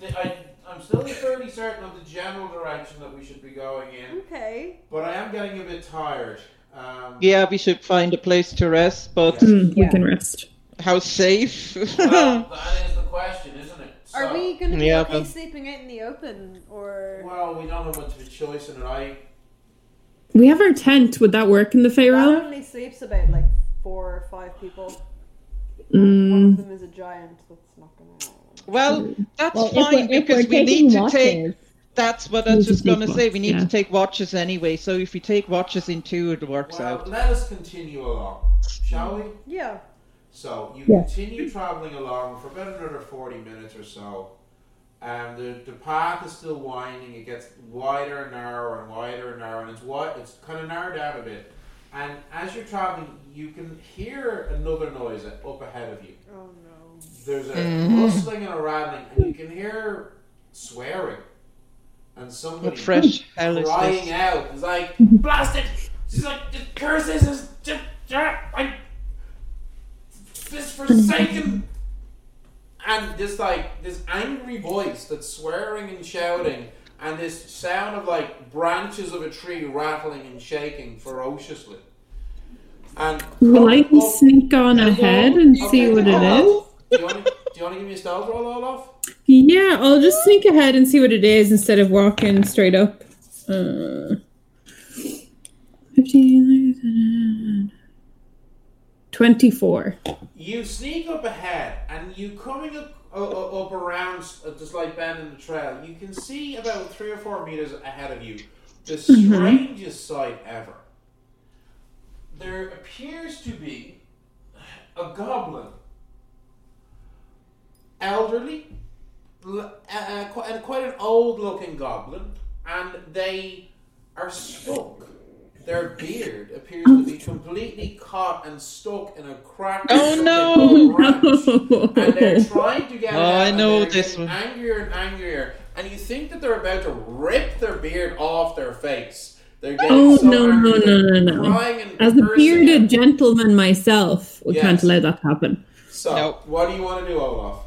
th- I, I'm still fairly certain of the general direction that we should be going in,
okay.
but I am getting a bit tired. Um,
Yeah, we should find a place to rest, but
Mm,
Yeah.
We can rest.
how safe?
Well, that is the question, isn't it?
Are
So-
we gonna be
Yeah,
okay
but-
sleeping out in the open, or
Well, we don't have much of a choice in it. I
We have our tent. Would that work in the Fey
Ron
realm?
only sleeps about like four or five people. One
Mm,
of them is a giant. That's not gonna. happen.
well, that's
Well, if
fine
we're, if
because
we're
we
taking
need to
watches,
take. That's what I
Need
was
to
just
take
gonna say. We
watches,
need to
yeah.
take watches anyway. So if we take watches in two, it works
well,
out.
let us continue along, shall we?
Yeah.
So you
Yes.
continue traveling along for about another forty minutes or so. Um, the, the path is still winding. It gets wider and narrower and wider and narrower, and it's wide, It's kind of narrowed out a bit. And as you're traveling, you can hear another noise up ahead of you.
Oh no.
there's a
Mhm.
rustling and a rattling, and you can hear swearing, and somebody
What fresh hell is
crying
this?
out. It's like blasted. She's like the curses is just I this forsaken. And this like this angry voice that's swearing and shouting, and this sound of like branches of a tree rattling and shaking ferociously. And
will I
Oh,
sneak on ahead and
Okay,
see what it
Olaf,
is?
Do you, want to, do you want to give me a stealth roll, Olaf?
Yeah, I'll just sneak ahead and see what it is instead of walking straight up. Uh, 15, 24.
You sneak up ahead, and you coming up uh, uh, up around uh, just like bending the trail. You can see about three or four meters ahead of you the strangest sight ever. There appears to be a goblin, elderly, l- uh, uh, quite, and quite an old-looking goblin, and they are stuck. Their beard appears to be completely caught and stuck in a crack.
Oh,
in the
no.
branch. And they're trying to get
Oh,
it out,
I
and
know
they're
this
getting
one.
Angrier and angrier, and you think that they're about to rip their beard off their face. They're getting
Oh,
so
no, no,
angry,
no, no,
they're
no.
Crying and
As a
cursing.
bearded gentleman myself, we can't
Yes.
allow that to happen.
So,
Nope.
what do you want to do, Olaf?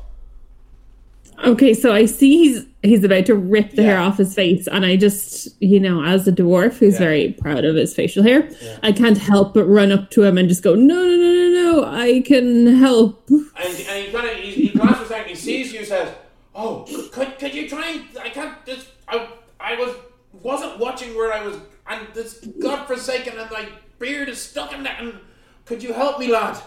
Okay, so I see he's he's about to rip the hair
Yeah.
off his face, and I just, you know, as a dwarf who's
Yeah.
very proud of his facial hair,
Yeah.
I can't help but run up to him and just go, no, no, no, no, no, I can help.
And, and he kind of he, he glances back, and he sees you, says, "Oh, could, could you try? And, I can't. This I I was wasn't watching where I was, and this godforsaken, and my beard is stuck in that. And could you help me, lad?"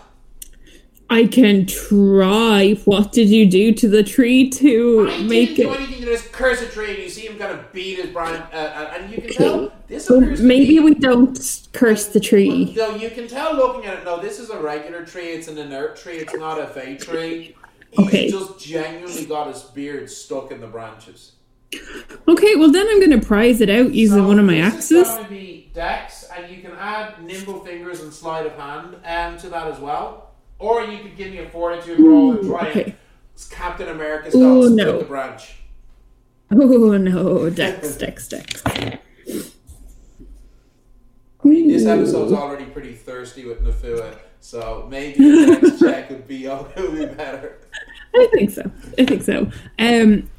I can try. What did you do to the tree to
I
make
didn't do
it?
anything to this cursed tree. and You see him kind of beat his brand, uh, uh, and you can tell this
Well,
appears to
maybe
be-
we don't curse the tree.
Though you can tell looking at it, no, this is a regular tree. It's an inert tree. It's not a fake tree. He's
Okay.
just genuinely got his beard stuck in the branches.
Okay, well then I'm gonna prize it out using
So
one of my
this
axes.
Is going to be Dex, and you can add nimble fingers and sleight of hand um, to that as well. Or you could give me a fortitude roll and try and
okay.
it's Captain America
Ooh,
style split
no.
the branch. uh,
Oh no, Dex, Dex, Dex.
I mean, this episode's already pretty thirsty with Nafua, so maybe a Dex check would be, would be better.
I think so. I think so. Um,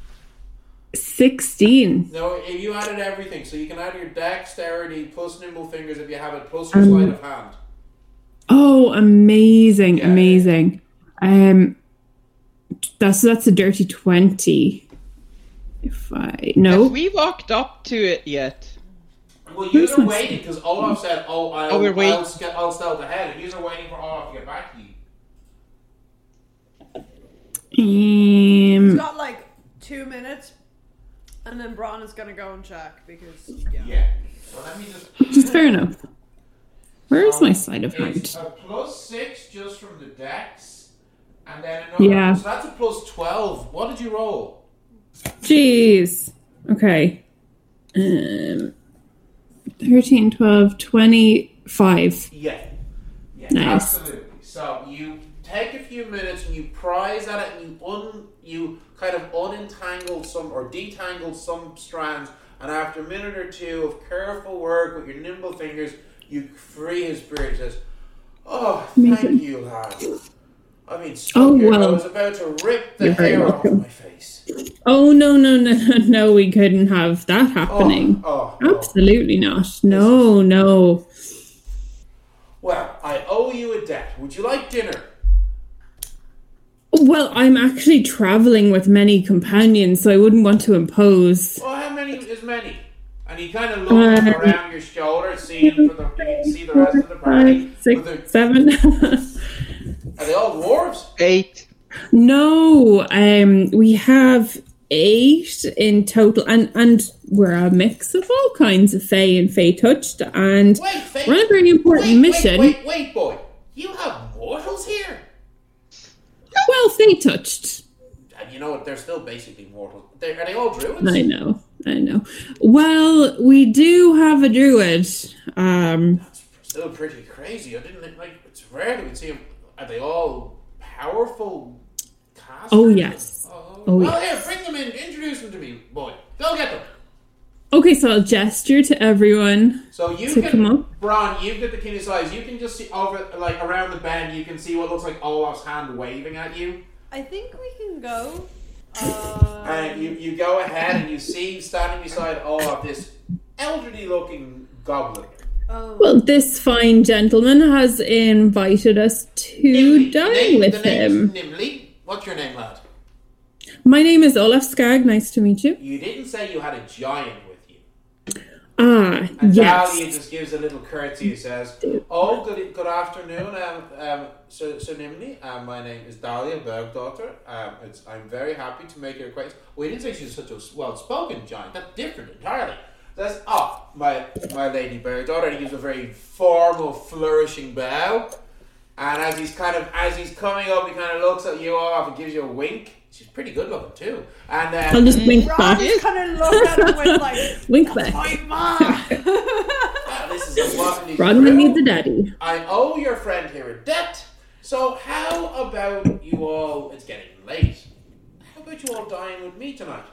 sixteen.
No, if you added everything, so you can add your dexterity plus nimble fingers if you have it, plus your sleight of hand.
Oh, amazing,
Yeah.
amazing. Um, that's that's a dirty twenty. If I
Have
no,
we walked up to it yet?
Well, you
Who's
are
my-
waiting because
Mm.
Olaf said, "Oh, I'll,
Oh, we're
I'll,
wait-
sc- I'll stealth ahead," and you are waiting for Olaf to get back to you.
We've
um,
got like two minutes, and then Braun is gonna go and check because yeah.
Yeah. Well, let me just. um,
which is fair enough. Where is my sleight of
It's
hand?
a plus six just from the dex, and then another.
Yeah.
So that's a plus twelve. What did you roll?
Jeez. Okay. Um, 13, 12, 25.
Yeah. Yeah,
Nice.
absolutely. So you take a few minutes and you prize at it and you un you kind of unentangle some or detangle some strands and after a minute or two of careful work with your nimble fingers, you free his spirit and says, Oh, thank you, lad. I mean, so
Oh,
good. I
well.
was about to rip the
You're very
hair off
welcome.
my face.
Oh, no, no, no, no, no, we couldn't have that
Oh,
happening.
Oh, oh.
Absolutely not. No, no.
Well, I owe you a debt. Would you like dinner?
Well, I'm actually traveling with many companions, so I wouldn't want to impose.
Well, how many is many? And he kind of looks
Um,
around your shoulder, seeing for the you can see the rest of the party.
Five,
But
six,
they're-
seven.
Are they all dwarves?
Eight.
no, um, we have eight in total, and and we're a mix of all kinds of Fey and Fey touched, and
Wait, Faye.
we're on a very important
wait,
mission.
Wait, wait, wait, boy. You have mortals here?
Well, Fey touched.
And you know what? They're still basically mortals. They're, are they all druids?
I know, I know. Well, we do have a druid. Um,
That's still pretty crazy. I didn't like. It's rare that we see them. Are they all powerful? Casters?
Oh, yes.
Oh,
Oh,
well, here, bring them in. Introduce them to me, boy. Go get them.
okay, so I'll gesture to everyone.
So you
To
can,
come up?
Bron, you've got the king of size. You can just see over, like around the bend. You can see what looks like Olaf's hand waving at you.
I think we can go. Uh,
And you, you go ahead and you see standing beside Olaf this elderly looking goblin.
um,
Well, this fine gentleman has invited us to
Nimli.
dine
Name-
with
the name's
him.
Nimli. What's your name, lad?
My name is Olaf Skag. Nice to meet you.
You didn't say you had a giant with you.
Ah,
And Dahlia
yes.
just gives a little curtsy and says, Oh, good, good afternoon, um, um, Sir, Sir Nimni. Um, my name is Dahlia Bergdaughter. Um, it's, I'm very happy to make your acquaintance. We didn't say she's such a well spoken giant. That's different entirely. That's, oh, my, my lady Bergdaughter. He gives a very formal, flourishing bow. And as he's kind of as he's coming up, he kind of looks at you off and gives you a wink. She's pretty good looking too. And uh,
I'll just wink
Braun
back.
just kind of looked at him with like,
Wink back.
"My mom."
ah, this is a lovely
Rodman
girl.
needs a daddy.
I owe your friend here a debt. So how about you all? It's getting late. How about you all dine with me tonight?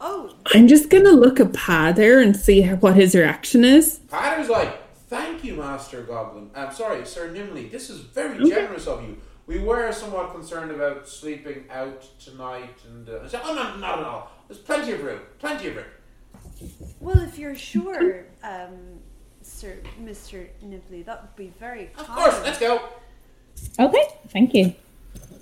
oh,
I'm just gonna look at Pather and see how, what his reaction is.
Patter's like, thank you, Master Goblin. I'm sorry, Sir Nimley. This is very generous of you. We were somewhat concerned about sleeping out tonight, and uh, I said, oh no, not at all. There's plenty of room, plenty of room.
well, if you're sure, um, Sir Mister Nibley, that would be very kind.
Of course, let's go.
Okay, thank you.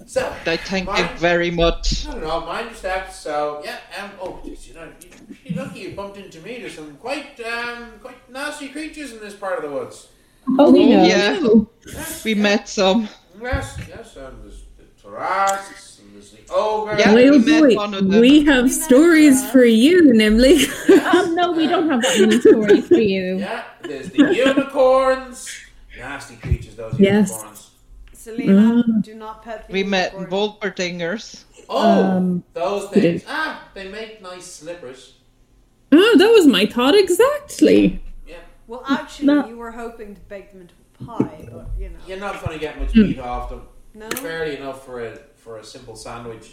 So
I thank
my-
you very much.
I don't know, mind your steps. So yeah, um, oh, geez, you know, you're pretty lucky you bumped into me. There's some quite, um, quite nasty creatures in this part of the woods.
Oh, we know.
Yeah, we met some.
Yes, yes, um, there's Thrax, and there's the ogre.
Yeah,
Well,
we met
boy,
one of them.
we have stories for you, Ah, Nimley.
Um, no, we don't have that many stories for you.
Yeah, there's the unicorns. Nasty creatures, those
Yes.
unicorns.
Selena, do not pet the
We met
unicorn.
Wolpertingers.
Oh,
Um,
those
it
things.
is.
Ah, they make nice slippers.
oh, that was my thought exactly.
Well, actually,
No.
you were hoping to bake them into a pie, but you know.
You're not going to get
Hmm.
much meat off them.
No?
Fairly enough for a for a simple sandwich.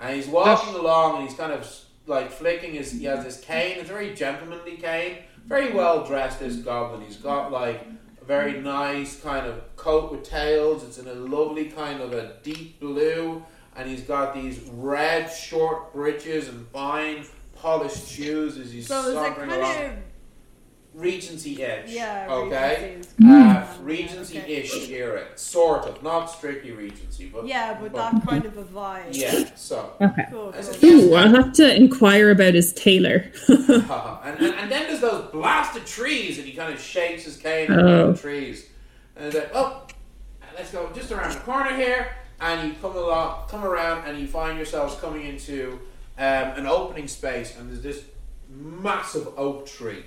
And he's walking along, and he's kind of like flicking his. He has this cane. It's a very gentlemanly cane. Very well dressed. This goblin. He's got like a very nice kind of coat with tails. It's in a lovely kind of a deep blue, and he's got these red short breeches and fine polished shoes as he's
So there's a
sauntering
kind
along.
of.
Regency ish.
Yeah,
Okay.
Regency is
Uh,
kind of-
Regency
okay.
ish era, sort of, not strictly Regency, but
Yeah, but that kind of a vibe.
yeah. So
okay.
Cool,
That's
cool.
it.
Ooh, I'll have to inquire about his tailor.
Oh.
and, and and then there's those blasted trees, and he kind of shakes his cane
Oh.
at the trees, and he's like, oh, let's go just around the corner here, and you come along, come around, and you find yourselves coming into um, an opening space, and there's this massive oak tree.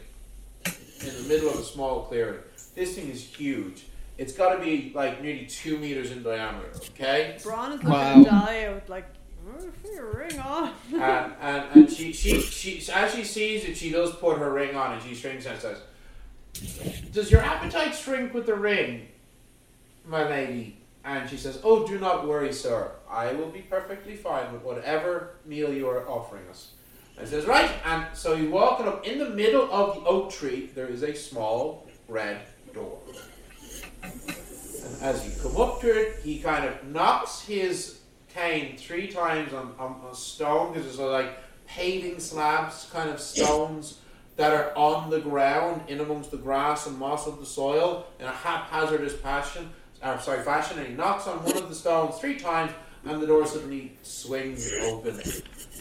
in the middle of a small clearing. This thing is huge. It's got to be like nearly two meters in diameter. Okay,
Braun is
Wow.
looking at Dahlia with like, oh, put your ring on.
and and, and she, she she as she sees it, she does put her ring on, and she shrinks and says, "Does your appetite shrink with the ring, my lady?" And she says, "Oh, do not worry, sir. I will be perfectly fine with whatever meal you are offering us." And says, "Right." And so you walk it up in the middle of the oak tree. There is a small red door. And as you come up to it, he kind of knocks his cane three times on, on, on stone because it's like paving slabs, kind of stones that are on the ground in amongst the grass and moss of the soil in a haphazardous passion, or sorry, fashion. And he knocks on one of the stones three times, and the door suddenly swings open.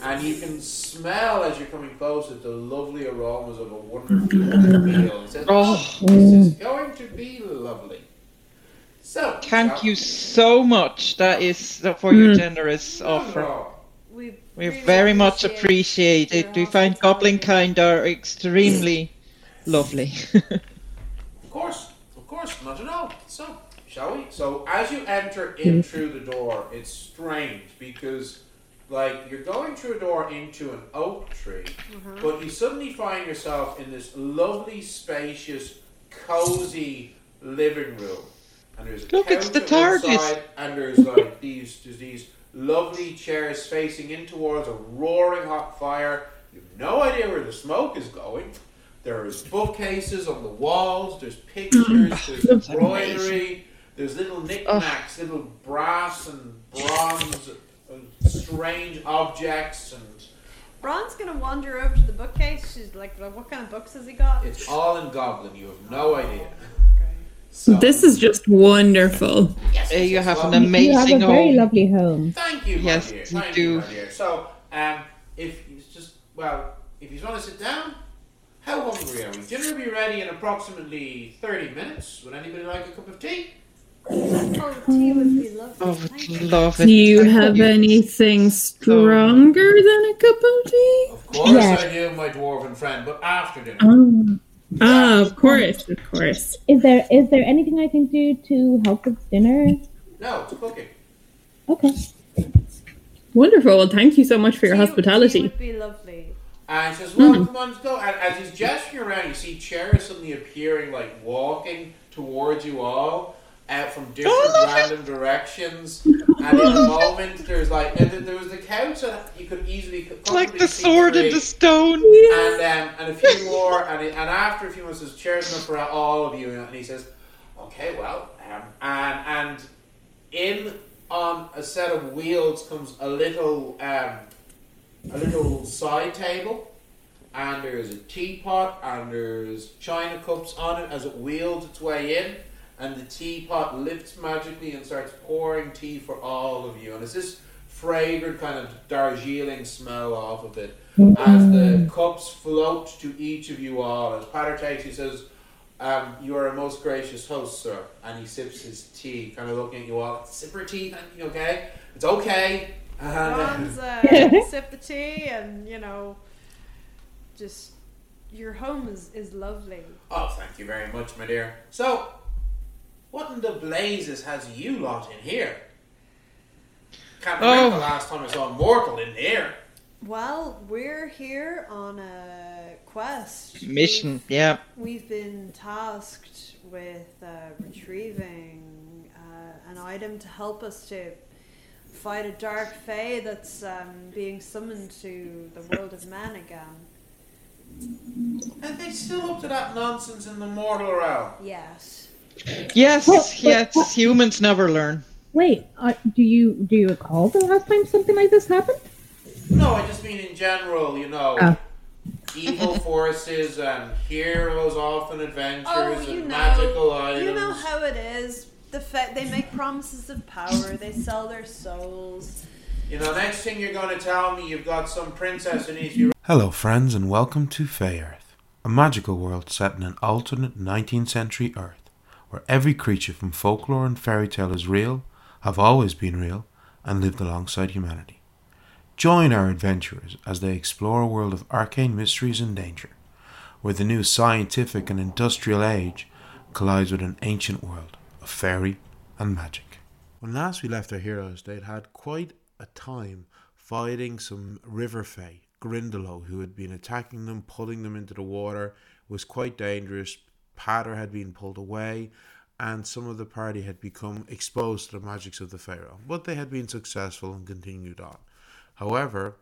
And you can smell as you're coming closer the lovely aromas of a wonderful meal. He says,
Oh.
This is going to be lovely. So,
Thank
shall-
you so much. That is for
Hmm.
your generous offer.
We
We
really
very much
appreciate
appreciate
your
it. We find
hospitality.
goblin kind are extremely lovely.
Of course, of course, not at all. So, shall we? So, as you enter in through the door, it's strange because, like, you're going through a door into an oak tree,
Mm-hmm.
but you suddenly find yourself in this lovely, spacious, cozy living room. And there's a
Look, it's
couch
the
on one
TARDIS.
side, and there's like these, there's these lovely chairs facing in towards a roaring hot fire. You've no idea where the smoke is going. There is bookcases on the walls. There's pictures. There's
That's
embroidery. There's little knickknacks, little brass and bronze, uh, strange objects, and
Braun's gonna wander over to the bookcase. She's like, like what kind of books has he got?
it's all in goblin. You have no idea.
Okay.
So
This is just wonderful.
yes,
Uh, you
yes,
have
well,
an
You have a
amazing
very
home.
lovely home.
Thank you, my
Yes,
dear.
you
Thank
do.
you, my dear. So, um, if you just well, if you want to sit down, how hungry are we? Dinner will be ready in approximately thirty minutes. Would anybody like a cup of tea?
Oh, tea would be lovely.
Oh,
Thank you.
would love it.
Do you
Thank
have anything stronger than a cup of tea?
Of course, Um,
Yes.
I do, my dwarven friend. But after dinner.
Oh. Ah, of course, of course.
Is there is there anything I can do to help with dinner?
No, it's cooking.
Okay.
Wonderful. Well, thank you so much for your
Tea-
hospitality.
Tea would be lovely.
And he says, Well,
Mm-hmm.
come on, let's go. And as he's gesturing around, you see chairs suddenly appearing, like walking towards you all out from
Oh,
different random directions. And in a moment, there's like, and there- there was the couch that you could easily
Like
comfortably
the
see
sword
three.
and the stone.
And, um, and a few more, and, and after a few months, says, Chairs enough for all of you. And he says, Okay, well, um, and, and in on a set of wheels comes a little um, a little side table and there's a teapot and there's china cups on it as it wheels its way in and the teapot lifts magically and starts pouring tea for all of you and it's this fragrant kind of darjeeling smell off of it as the cups float to each of you all as pater takes he says um, you are a most gracious host, sir. And he sips his tea, kind of looking at you all. Sip your tea, thank you, okay? It's okay. And, uh,
Hans, uh, sip the tea, and you know, just your home is, is lovely.
oh, thank you very much, my dear. So, what in the blazes has you lot in here? Can't remember the
Oh.
last time I saw a mortal in here.
Well, we're here on a quest
Mission, yeah.
We've been tasked with uh, retrieving uh, an item to help us to fight a dark fae that's um, being summoned to the world of man again.
And they still up to that nonsense in the mortal realm.
Yes.
Yes, yes, humans never learn.
Wait, uh, do you do you recall the last time something like this happened?
No, I just mean in general, you know.
Oh.
Evil forces and heroes off on adventures
Oh,
and
you know,
magical items.
you know how it is. The fa- they make promises of power. They sell their souls.
You know, next thing you're going to tell me, you've got some princess in East Europe. Hello, friends, and welcome to Fey Earth, a magical world set in an alternate 19th century Earth, where every creature from folklore and fairy tale is real, have always been real, and lived alongside humanity. Join our adventurers as they explore a world of arcane mysteries and danger, where the new scientific and industrial age collides with an ancient world of fairy and magic. When last we left our heroes, they'd had quite a time fighting some river fae, Grindelow, who had been attacking them, pulling them into the water, It was quite dangerous. Pater had been pulled away, and some of the party had become exposed to the magics of the Fae realm. But they had been successful and continued on. However,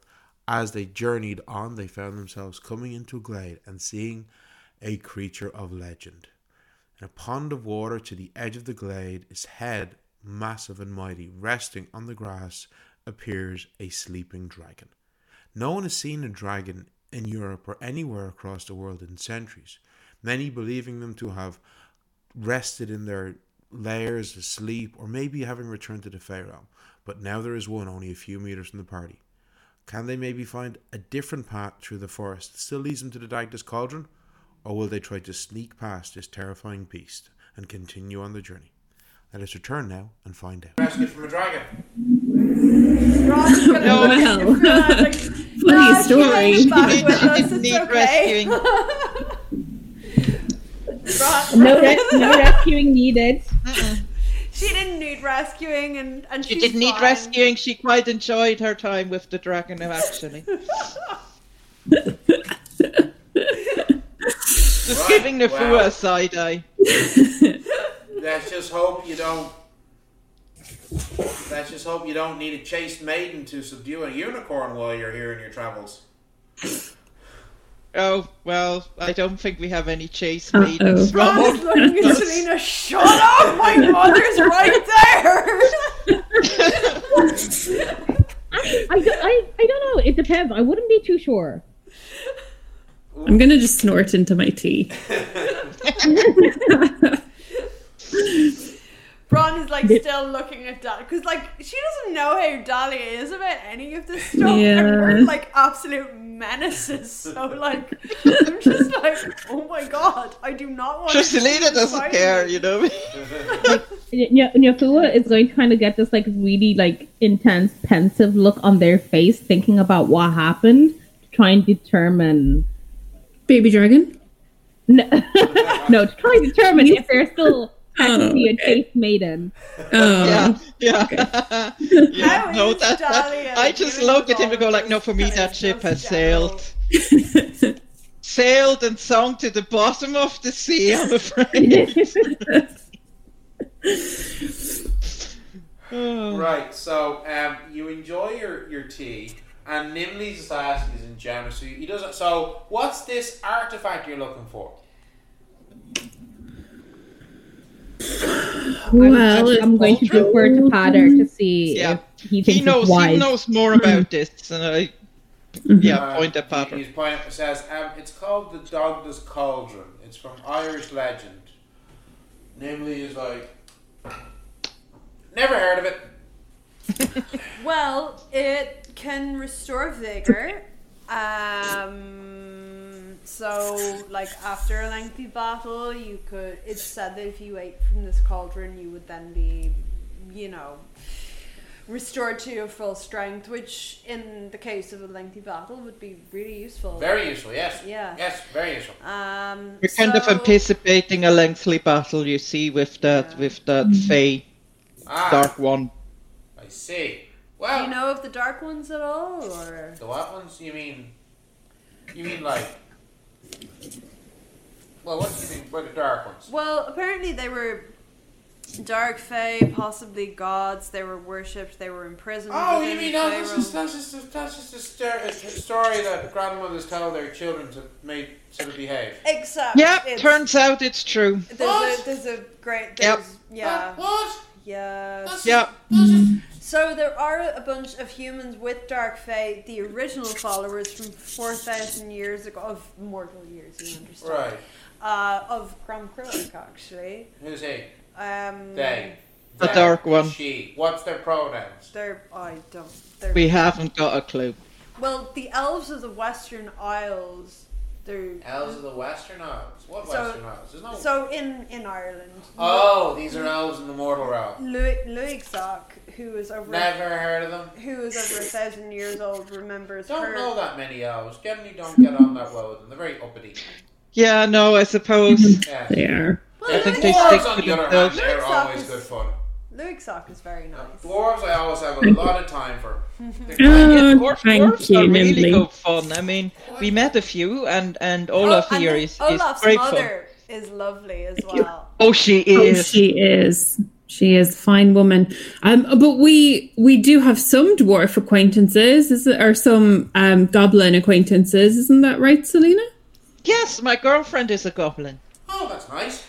as they journeyed on, they found themselves coming into a glade and seeing a creature of legend. In a pond of water to the edge of the glade, its head, massive and mighty, resting on the grass, appears a sleeping dragon. No one has seen a dragon in Europe or anywhere across the world in centuries, many believing them to have rested in their lairs asleep or maybe having returned to the Fey realm. But now there is one only a few meters from the party. Can they maybe find a different path through the forest that still leads them to the Dagda's cauldron? Or will they try to sneak past this terrifying beast and continue on the journey? Let us return now and find out. Rescued from a dragon.
Rod's gonna
No.
look at you, Rod, like,
Funny
"Rod, you ain't
story.
back with us,
Didn't
it's
need
okay."
rescuing.
Rod-
No, res- no rescuing needed.
She didn't need rescuing, and, and
She
she's
didn't need
fine.
rescuing. She quite enjoyed her time with the dragon, actually. Just giving the
Wow.
a side eye.
Let's just hope you don't. Let's just hope you don't need a chaste maiden to subdue a unicorn while you're here in your travels.
Oh, well, I don't think we have any chase
Uh-oh.
meetings.
Ron is looking at Selena. Shut up! My mother's right there.
I, do- I, I don't know. It depends. I wouldn't be too sure.
I'm gonna just snort into my tea.
Ron is like still looking at Dahlia because like she doesn't know how Dahlia is about any of this stuff. And we're
Yeah.
like absolute menaces. So like I'm just like, oh my god, I do not want.
Sure, Selena doesn't care, you know.
N- Nyafua is going to kind of get this like really like intense, pensive look on their face, thinking about what happened, to try and determine.
Baby dragon?
No, no to try and determine if they're still
Oh,
actually a chaste maiden.
oh.
Yeah, yeah. yeah.
How
No,
is
that,
Dahlia
that, I just
doing
look at
with
him and go
all
like,
this
no, for me
kind of
that ship
stuff
has
now?
sailed. Sailed and sunk to the bottom of the sea, I'm afraid. Oh.
Right, so um, you enjoy your, your tea, and Nimley's assassin is in Janus. So he doesn't. So what's this artifact you're looking for?
Well,
I'm, I'm going to
Ultra-
defer to Potter to see
Yeah.
if he thinks
He knows.
it's wise. Mm-hmm.
He knows more about this, and I, yeah,
Uh,
point at
he-
Papa.
He's pointing up and says, um, it's called the Dogda's Cauldron. It's from Irish legend. Namely, is like, never heard of it.
Well, it can restore vigor. Um, so, like after a lengthy battle, you could. It's said that if you ate from this cauldron, you would then be, you know, restored to your full strength, which in the case of a lengthy battle would be really useful.
Very useful, yes.
Yeah.
Yes, very useful.
Um,
You're kind of
so-
anticipating a lengthy battle, you see, with that
Yeah.
with that
Mm-hmm.
Fey
Ah,
Dark One.
I see.
Do
Well,
you know of the dark ones at all, or
the what ones? You mean, you mean like, well, what do you mean by the dark ones?
well, apparently they were dark fae, possibly gods. They were worshipped. They were imprisoned.
Oh, you
within
mean no,
Pharaoh.
that's just that's just a, that's just a, star, a t- story that grandmothers tell their children to make sort of behave.
Except
Yeah,
it's-
turns out it's true.
There's
What?
a, there's a great there's, yeah
What? what?
yeah
That's
Yeah.
That's just,
So there are a bunch of humans with dark fae, the original followers from four thousand years ago of mortal years, you understand?
right.
Uh, of Grom Krillik, actually.
Who's he?
Um,
They.
The
They.
dark one.
She. What's their pronouns?
They're I don't. They're
We haven't got a clue.
well, the elves of the Western Isles. They're
Elves of the Western Isles. What
So-
Western Isles? There's no.
so in in Ireland.
oh, these are elves in the mortal realm.
Lu- Luigsoc, who is over
Never heard of them.
who is over a thousand years old, remembers
Don't
her.
know that many elves. Generally, don't get on that well with them. They're very uppity.
Yeah, no, I
Mm-hmm.
suppose.
Yeah.
They are.
Well,
I think
Luig-
they
dwarves,
stick
on
to
the other hand,
themselves.
they're
Luigsoc
always
is-
good fun.
Luigsoc is very nice.
Dwarves, I always have a lot of time for. They're kind of-
Oh,
Dwarf-
thank
dwarfs
you,
are really
Nimbly.
good fun. I mean, we met a few, and and Olaf
Oh, and
here
then
is, is
Olaf's
great fun.
mother is lovely as well.
Oh, she
Oh,
is.
she is. She is a fine woman. Um, but we we do have some dwarf acquaintances, is it, or some um, goblin acquaintances, isn't that right, Selena?
Yes, my girlfriend is a goblin.
Oh, that's nice.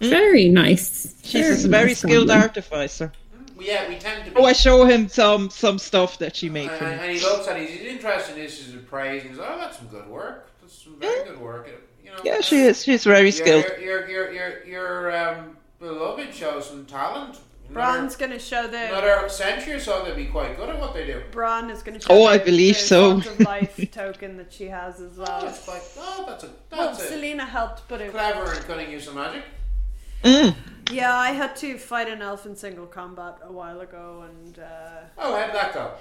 Very nice.
She's a very
nice
skilled
goblin.
artificer.
Well, yeah, we tend to be.
Oh, I show him some some stuff that she made
and,
for
and,
me.
and he looks at it, he's interested in issues of praise, and he's like, oh, that's some good work. That's some very good work. You know,
Yeah, she is. She's very
Your,
skilled.
your, your, your, your, your um, beloved shows some talent.
Bron's gonna show the
Another century or so, they'd be quite good at what they do.
Bron is gonna show
Oh, I
the-
believe
the
so.
Font of life token that she has as
Oh,
well.
it's like, oh, that's a,
Well,
that's a
Selena helped, but it,
clever and cunning use of magic.
Mm.
yeah, I had to fight an elf in single combat a while ago, and uh,
Oh, how'd that go?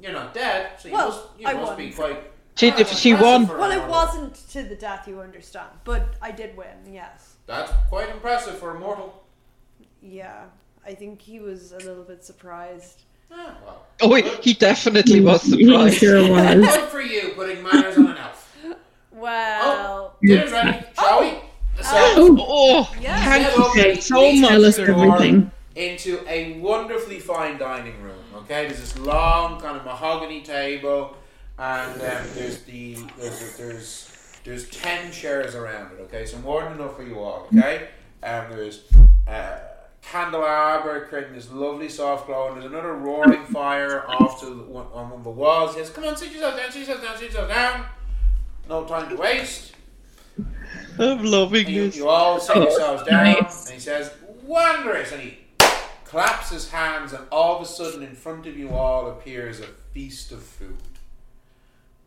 You're not dead, so you
Well,
must, you
I
must
won.
be quite.
She
Ah,
did- she
impressive
won.
for a
well, it
mortal.
wasn't to the death, you understand, but I did win. Yes,
That's quite impressive for a mortal.
yeah, I think he was a little bit surprised.
Ah, well.
Oh, he, he definitely was
Mm, He
surprised.
sure was.
Good for you putting manners on an elf.
Well,
Dinner's ready, shall we? So,
Oh,
Yeah.
thank
Hello,
you
please
so
Tell
much.
us
Sir.
everything.
into a wonderfully fine dining room. Okay, there's this long kind of mahogany table, and um, there's the there's, there's there's ten chairs around it. Okay, so more than enough for you all. Okay, um, there's uh, candelabra creating this lovely soft glow, and there's another roaring fire off to the, one, on one of the walls. Yes, come on, sit yourself down, sit yourself down, sit yourself down. No time to waste.
I'm loving
And you,
this.
you all sit yourselves down,
nice.
and he says, "Wondrous!" And he claps his hands, and all of a sudden, in front of you all appears a feast of food.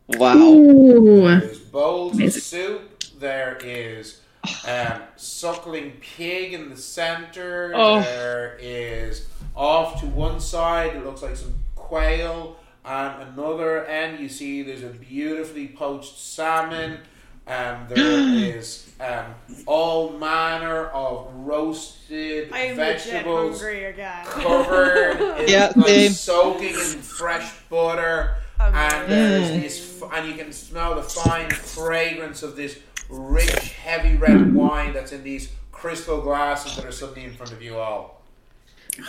Wow.
Ooh.
There's bowls of soup. There is um, suckling pig in the center.
Oh.
There is off to one side. It looks like some quail. And another end, you see there's a beautifully poached salmon. Um, there is um, all manner of roasted
I am legit
vegetables
hungry again.
covered in
Yeah,
like
same.
soaking in fresh butter,
Um,
and there's
Mm.
this, f- and you can smell the fine fragrance of this rich, heavy red wine that's in these crystal glasses that are suddenly in front of you all.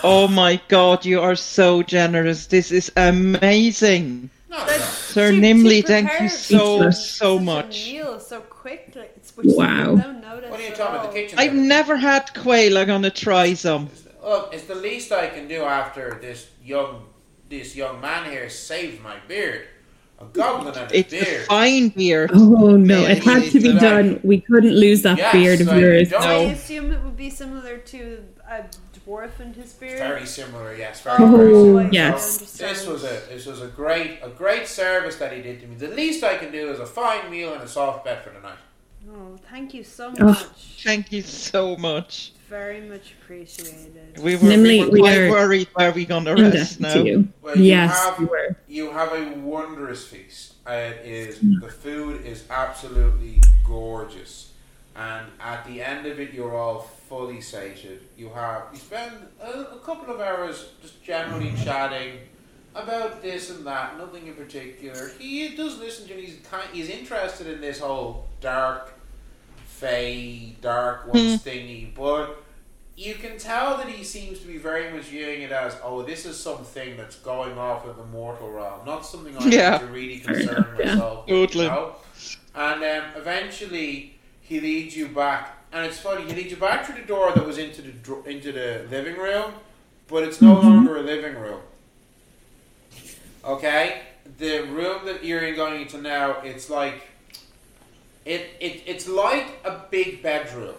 Oh my God, you are so generous. This is amazing.
No, no, no.
That's-
Sir
she- she
Nimley, thank you
prepared
so,
Speechless.
so
such a
much.
meal so quickly. It's which
Wow.
No notice
what are you
at
talking about?
all.
The kitchen.
I've
there.
never had quail. I'm gonna try some.
Look, it's the least I can do after this young, this young man here saved my beard. A goblin and a
It's a
beard.
fine beer.
Oh no, it had to be done. We couldn't lose that
Yes,
beard of
I
yours.
don't-
I
No.
assume it would be similar to a dwarf and his beard.
Very similar, yes. Very, very similar.
Oh, I
yes.
understand.
This was a this was a great a great service that he did to me. The least I can do is a fine meal and a soft bed for the night.
Oh, thank you so
Oh.
much.
Thank you so much.
very much appreciated.
We were,
Namely,
we were
we
quite
are
worried where we gonna rest
Indebted
now.
to you.
Well,
Yes,
you
you
have
were.
you have a wondrous feast. Uh, It is
Mm.
the food is absolutely gorgeous, and at the end of it, you're all fully sated. You have you spend a, a couple of hours just generally chatting about this and that, nothing in particular. He does listen to. You, he's kind, he's interested in this whole dark, fey, dark ones thingy, but you can tell that he seems to be very much viewing it as, oh, this is something that's going off in the mortal realm, not something I
Yeah.
need to really concern
enough, yeah.
myself with.
Totally.
You know? And um, eventually, he leads you back, and it's funny. He leads you back through the door that was into the dr- into the living room, but it's no longer a living room. Okay, the room that you're in going into now, it's like it, it it's like a big bedroom.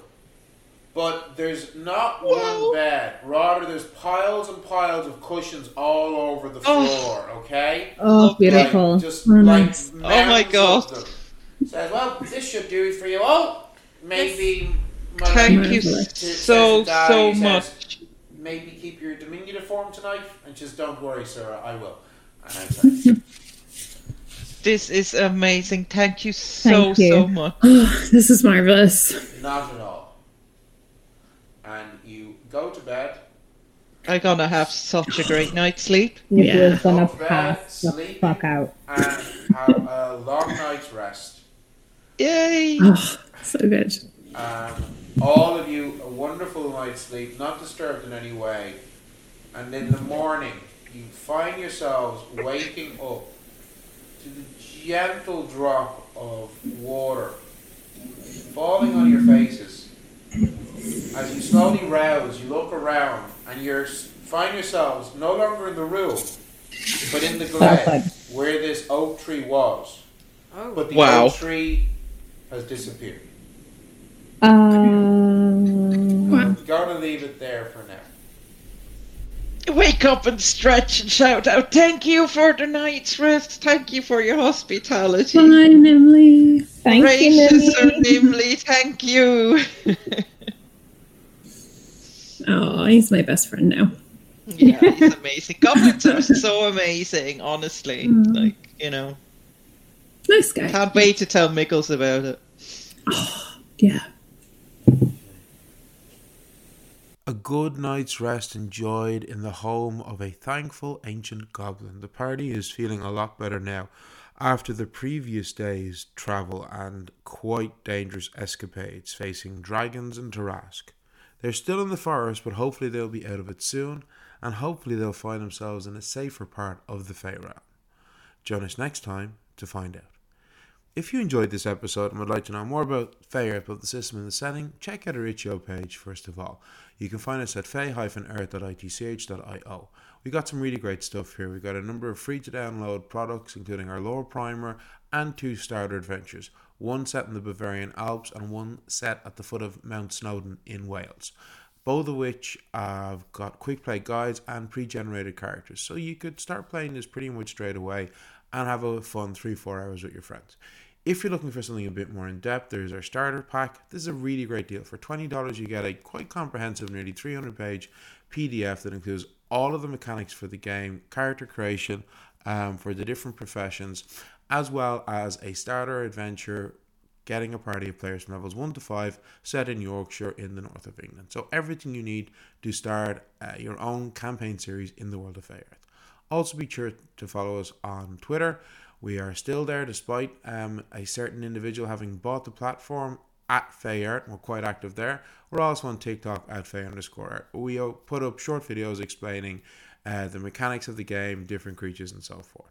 But there's not
Wow.
one bed. Rather, there's piles and piles of cushions all over the
Oh.
floor. Okay,
Oh, beautiful.
Like, just
Oh,
like
nice.
mountains
Oh my
of
God.
them. Says, well, this should do it for you all. Maybe. my
Thank you
Marvelous.
so
Says the
so
guy, says,
much.
Maybe keep your diminutive form tonight. And she says, don't worry, Sarah, I will. And I'm sorry.
This is amazing. Thank you so
Thank you.
so much.
Oh, this is marvelous.
Not at all. And you go to bed.
I'm gonna have such a great night's sleep.
You're
Yeah.
just gonna
Go to bed,
pass the
sleep.
fuck out.
and have a long night's rest.
Yay!
Oh, so good.
Um, all of you, a wonderful night's sleep, not disturbed in any way. And in the morning, you find yourselves waking up to the gentle drop of water falling on your faces. As you slowly rouse, you look around, and you find yourselves no longer in the room, but in the glen where this oak tree was.
Oh,
But the
Wow.
oak tree has disappeared.
Um,
Wow.
Gonna leave it there for now.
Wake up and stretch and shout out, thank you for the night's rest, thank you for your hospitality.
Bye, Nimley.
thank
Gracious Sir
you, Lily.
Nimley, thank you.
Oh, he's my best friend now.
yeah, he's amazing. Goblins are so amazing, honestly.
Mm.
Like, you know,
Nice guy.
can't wait to tell Mickles about it.
Yeah.
A good night's rest enjoyed in the home of a thankful ancient goblin. The party is feeling a lot better now after the previous day's travel and quite dangerous escapades facing dragons and Tarask. They're still in the forest, but hopefully they'll be out of it soon, and hopefully they'll find themselves in a safer part of the Feyrealm. Join us next time to find out. If you enjoyed this episode and would like to know more about Fey Earth, about the system and the setting, check out our itch.io page first of all. You can find us at fey-earth.itch.io. We got some really great stuff here. We got a number of free to download products, including our lore primer and two starter adventures. One set in the Bavarian Alps and one set at the foot of Mount Snowdon in Wales both of which have got quick play guides and pre-generated characters so you could start playing this pretty much straight away and have a fun three four hours with your friends if you're looking for something a bit more in depth there's our starter pack this is a really great deal for $20 you get a quite comprehensive nearly 300 page pdf that includes all of the mechanics for the game character creation um, for the different professions as well as a starter adventure getting a party of players from levels 1 to 5 set in Yorkshire in the north of England. So everything you need to start uh, your own campaign series in the world of Fae Earth. Also be sure to follow us on Twitter. We are still there despite um, a certain individual having bought the platform at Fae Art. We're quite active there. We're also on TikTok at Fae underscore Art. We uh, put up short videos explaining uh, the mechanics of the game, different creatures and so forth.